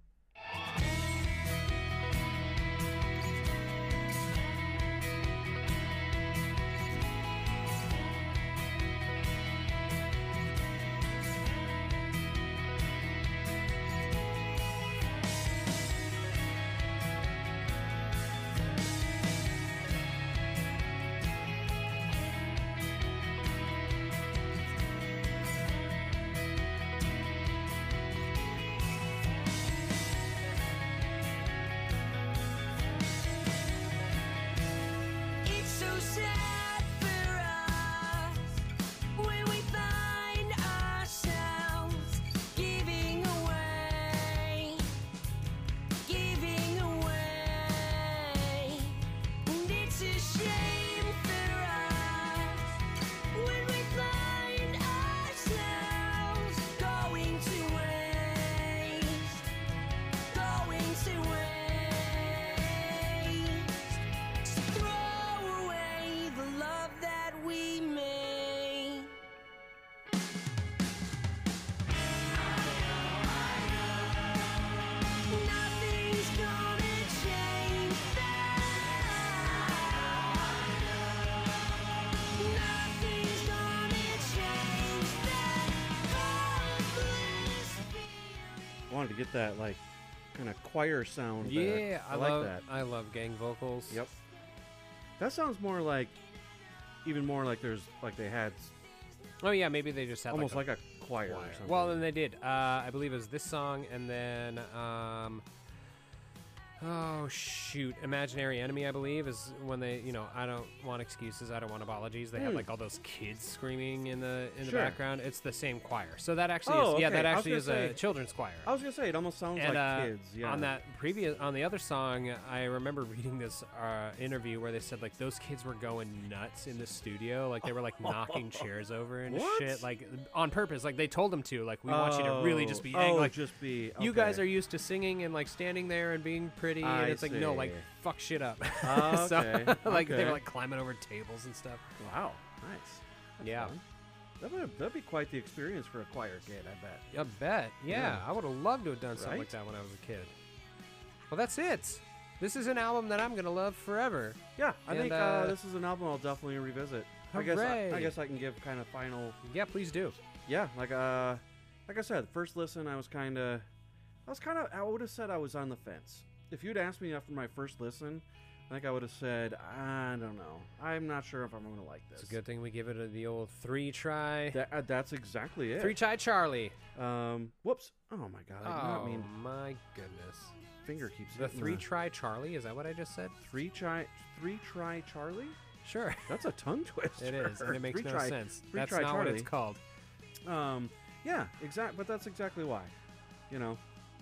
C: set for us when we find ourselves giving away, giving away, and it's a shame for us when we find ourselves going to waste, going to waste. So throw away the love that we made. Nothing's gonna change that. Nothing's gonna change that. Oh, Hopeless feeling.
B: I wanted to get that like kind of choir sound. there.
A: Yeah, I,
B: I, like
A: love,
B: that.
A: I love gang vocals.
B: Yep. That sounds more like, even more like there's like they had s-
A: Oh yeah, maybe they just had
B: almost
A: like
B: like a, choir,
A: choir.
B: or something.
A: Well, then they did. Uh, I believe it was this song, and then um, oh shoot, "Imaginary Enemy." I believe is when they, you know, I don't want excuses, I don't want apologies. They had
B: Hmm.
A: like all those kids screaming in the in the
B: Sure.
A: background. It's the same choir, so that actually
B: Oh,
A: is yeah,
B: okay.
A: that
B: I was
A: actually
B: gonna
A: is
B: say-
A: a children's choir.
B: I was gonna say it almost sounds
A: and
B: like
A: uh,
B: kids. Yeah.
A: on that previous on the other song, I remember reading this uh, interview where they said like those kids were going nuts in the studio, like they were like knocking chairs over and
B: What?
A: shit, like on purpose. Like they told them to, like we want you to really just be
B: Oh,
A: angry.
B: oh,
A: Like,
B: just be.
A: You guys
B: okay.
A: are used to singing and like standing there and being pretty,
B: I
A: and it's like no, like
B: see.
A: fuck shit up.
B: Ah,
A: so,
B: okay,
A: like they
B: okay.
A: were like climbing over tables and stuff.
B: Wow. Nice. That's
A: Yeah.
B: fun. That would that'd be quite the experience for a choir kid, I bet.
A: I bet. Yeah, I would have loved to have done something
B: Right?
A: like that when I was a kid. Well, that's it. This is an album that I'm gonna love forever.
B: Yeah, I
A: And,
B: think uh,
A: uh,
B: this is an album I'll definitely revisit. I guess I, I
A: Hooray.
B: guess I can give kind of final.
A: Yeah, please do.
B: Yeah, like uh, like I said, first listen, I was kind of, I was kind of, I would have said I was on the fence. If you'd asked me after my first listen, I think I would have said I don't know. I'm not sure if I'm gonna like this.
A: It's a good thing we give it a, the old three try.
B: That, uh, that's exactly it.
A: Three try Charlie.
B: Um, whoops. Oh my god, I did not
A: oh
B: mean mm.
A: my goodness.
B: finger keeps
A: The
B: hitting
A: three try Charlie, is that what I just said?
B: three try three try Charlie.
A: Sure.
B: That's a tongue twister.
A: It is, and it makes
B: Three
A: no
B: try-
A: sense.
B: three
A: That's
B: try
A: not
B: Charlie.
A: what it's called.
B: Um, yeah, exact. But that's exactly why, you know.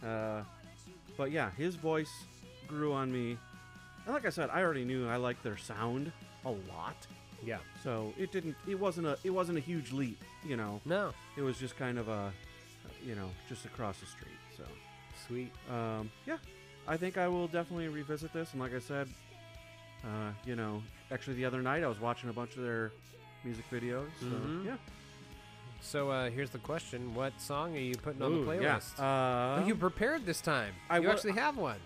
B: Uh, but yeah, his voice grew on me, and like I said, I already knew I liked their sound a lot.
A: Yeah.
B: So it didn't. It wasn't a. It wasn't a huge leap, you know.
A: No.
B: It was just kind of a, you know, just across the street. So,
A: Sweet.
B: um, yeah, I think I will definitely revisit this. And like I said, uh, you know, actually the other night I was watching a bunch of their music videos. So
A: Mhm.
B: yeah.
A: So uh, here's the question: What song are you putting on the
B: Ooh,
A: playlist?
B: Yeah.
A: Are
B: Um,
A: you prepared this time?
B: I
A: you
B: wa-
A: actually have one.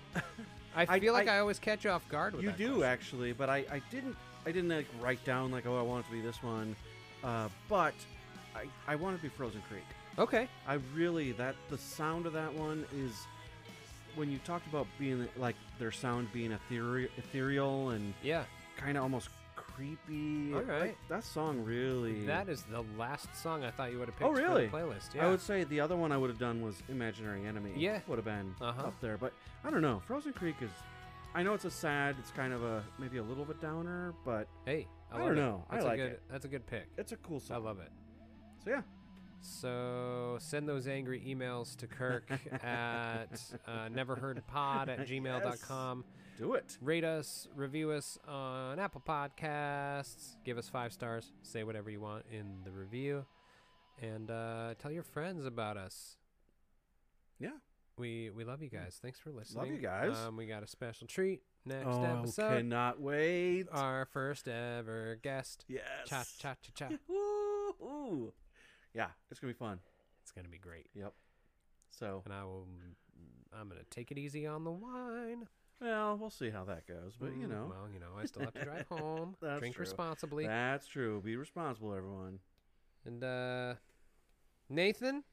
A: I
B: I-
A: feel like
B: I-
A: I, always catch you off guard with
B: You
A: that
B: do
A: question.
B: actually, but I, I didn't I didn't like write down like oh I want it to be this one, uh, but I I want it to be Frozen Creek.
A: Okay.
B: I really that the sound of that one is when you talked about being like their sound being ethereal, ethereal and
A: Yeah.
B: kind of almost creepy.
A: All
B: like,
A: right.
B: that song really.
A: That is the last song I thought you would have picked
B: Oh, really?
A: for the playlist.
B: I
A: Yeah.
B: would say the other one I would have done was Imaginary Enemy.
A: Yeah.
B: Would have been
A: Uh-huh.
B: up there. But I don't know. Frozen Creek is. I know it's a sad, it's kind of a maybe a little bit downer, but
A: Hey, I,
B: I
A: love
B: don't
A: it.
B: know. I
A: That's a
B: like
A: good,
B: it.
A: That's a good pick.
B: it's a cool
A: I
B: song.
A: love it.
B: So yeah.
A: So send those angry emails to Kirk at uh, neverheardpod at gmail.com.
B: Do it.
A: Rate us, review us on Apple Podcasts, give us five stars, say whatever you want in the review, and uh, tell your friends about us.
B: Yeah.
A: We we love you guys. Thanks for listening.
B: you guys.
A: Um, we got a special treat next
B: oh,
A: episode.
B: cannot wait.
A: Our first ever guest.
B: yes.
A: Cha cha cha cha.
B: Woo-hoo. Yeah, it's gonna be fun.
A: It's gonna be great.
B: Yep. So
A: And I will. I'm gonna take it easy on the wine.
B: well, we'll see how that goes, but you
A: Mm,
B: know,
A: Well, you know, I still have to drive home.
B: That's
A: drink
B: true.
A: responsibly.
B: that's true. Be responsible, everyone.
A: And uh Nathan,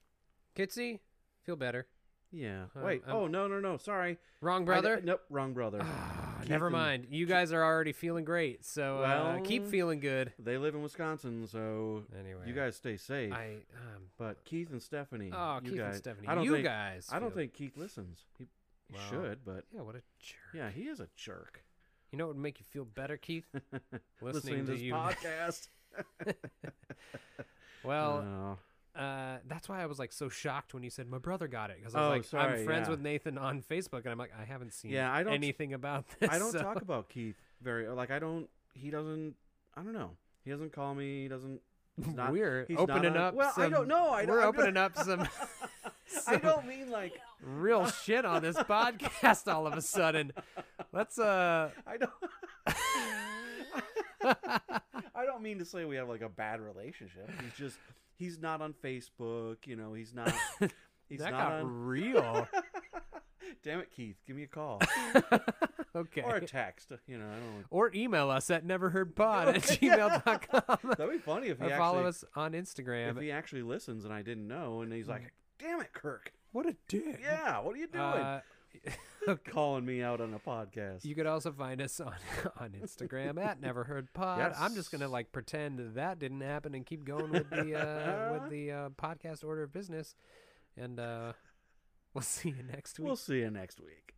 A: Kitsy, feel better.
B: Yeah.
A: Um,
B: Wait.
A: um,
B: oh no no no. Sorry,
A: Wrong
B: I-
A: brother.
B: nope. Wrong brother.
A: Ah, never
B: Nathan-
A: mind. You guys are already feeling great, so uh, keep
B: Well,
A: feeling good.
B: They live in Wisconsin, so
A: Anyway,
B: you guys stay safe.
A: I um,
B: but Keith and Stephanie.
A: oh
B: you
A: Keith
B: guys,
A: and Stephanie,
B: I don't
A: you
B: think,
A: guys.
B: I don't
A: feel-
B: think Keith listens. He, he
A: Well,
B: should, but
A: Yeah, what a jerk.
B: yeah, he is a jerk.
A: You know what would make you feel better, Keith?
B: Listening, to this
A: you.
B: podcast.
A: Well,
B: No.
A: uh, that's why I was like so shocked when you said my brother got it because I
B: Oh,
A: was like,
B: sorry,
A: I'm friends
B: yeah.
A: with Nathan on Facebook, and I'm like, I haven't seen
B: Yeah, I don't-
A: anything about this.
B: I don't
A: so-
B: talk about Keith very like I don't. He doesn't. I don't know. He doesn't call me. He doesn't. he's not-
A: we're
B: he's not
A: opening
B: on-
A: up.
B: Well, I
A: some-
B: don't know. I don't,
A: we're
B: I'm
A: opening
B: not-
A: up some
B: I don't mean like.
A: real shit on this podcast all of a sudden. Let's uh,
B: I don't. I don't mean to say we have like a bad relationship. He's just. He's not on Facebook. You know. He's not. He's
A: that
B: not
A: got
B: on.
A: real.
B: Damn it, Keith! Give me a call
A: Okay.
B: or a text. You know. I don't.
A: or email us at neverheardpod at gmail.com
B: That'd be funny if he
A: or
B: actually.
A: follow us on
B: if
A: Instagram.
B: he actually listens and I didn't know, and he's like, "Damn it, Kirk!
A: what a dick.
B: Yeah, what are you doing?
A: Uh,
B: Calling me out on a podcast?
A: you could also find us on, on Instagram at neverheardpod. I'm just gonna
B: Yes.
A: like pretend that, that didn't happen and keep going with the uh, with the uh, podcast order of business, and uh, we'll see you next week.
B: we'll see you next week."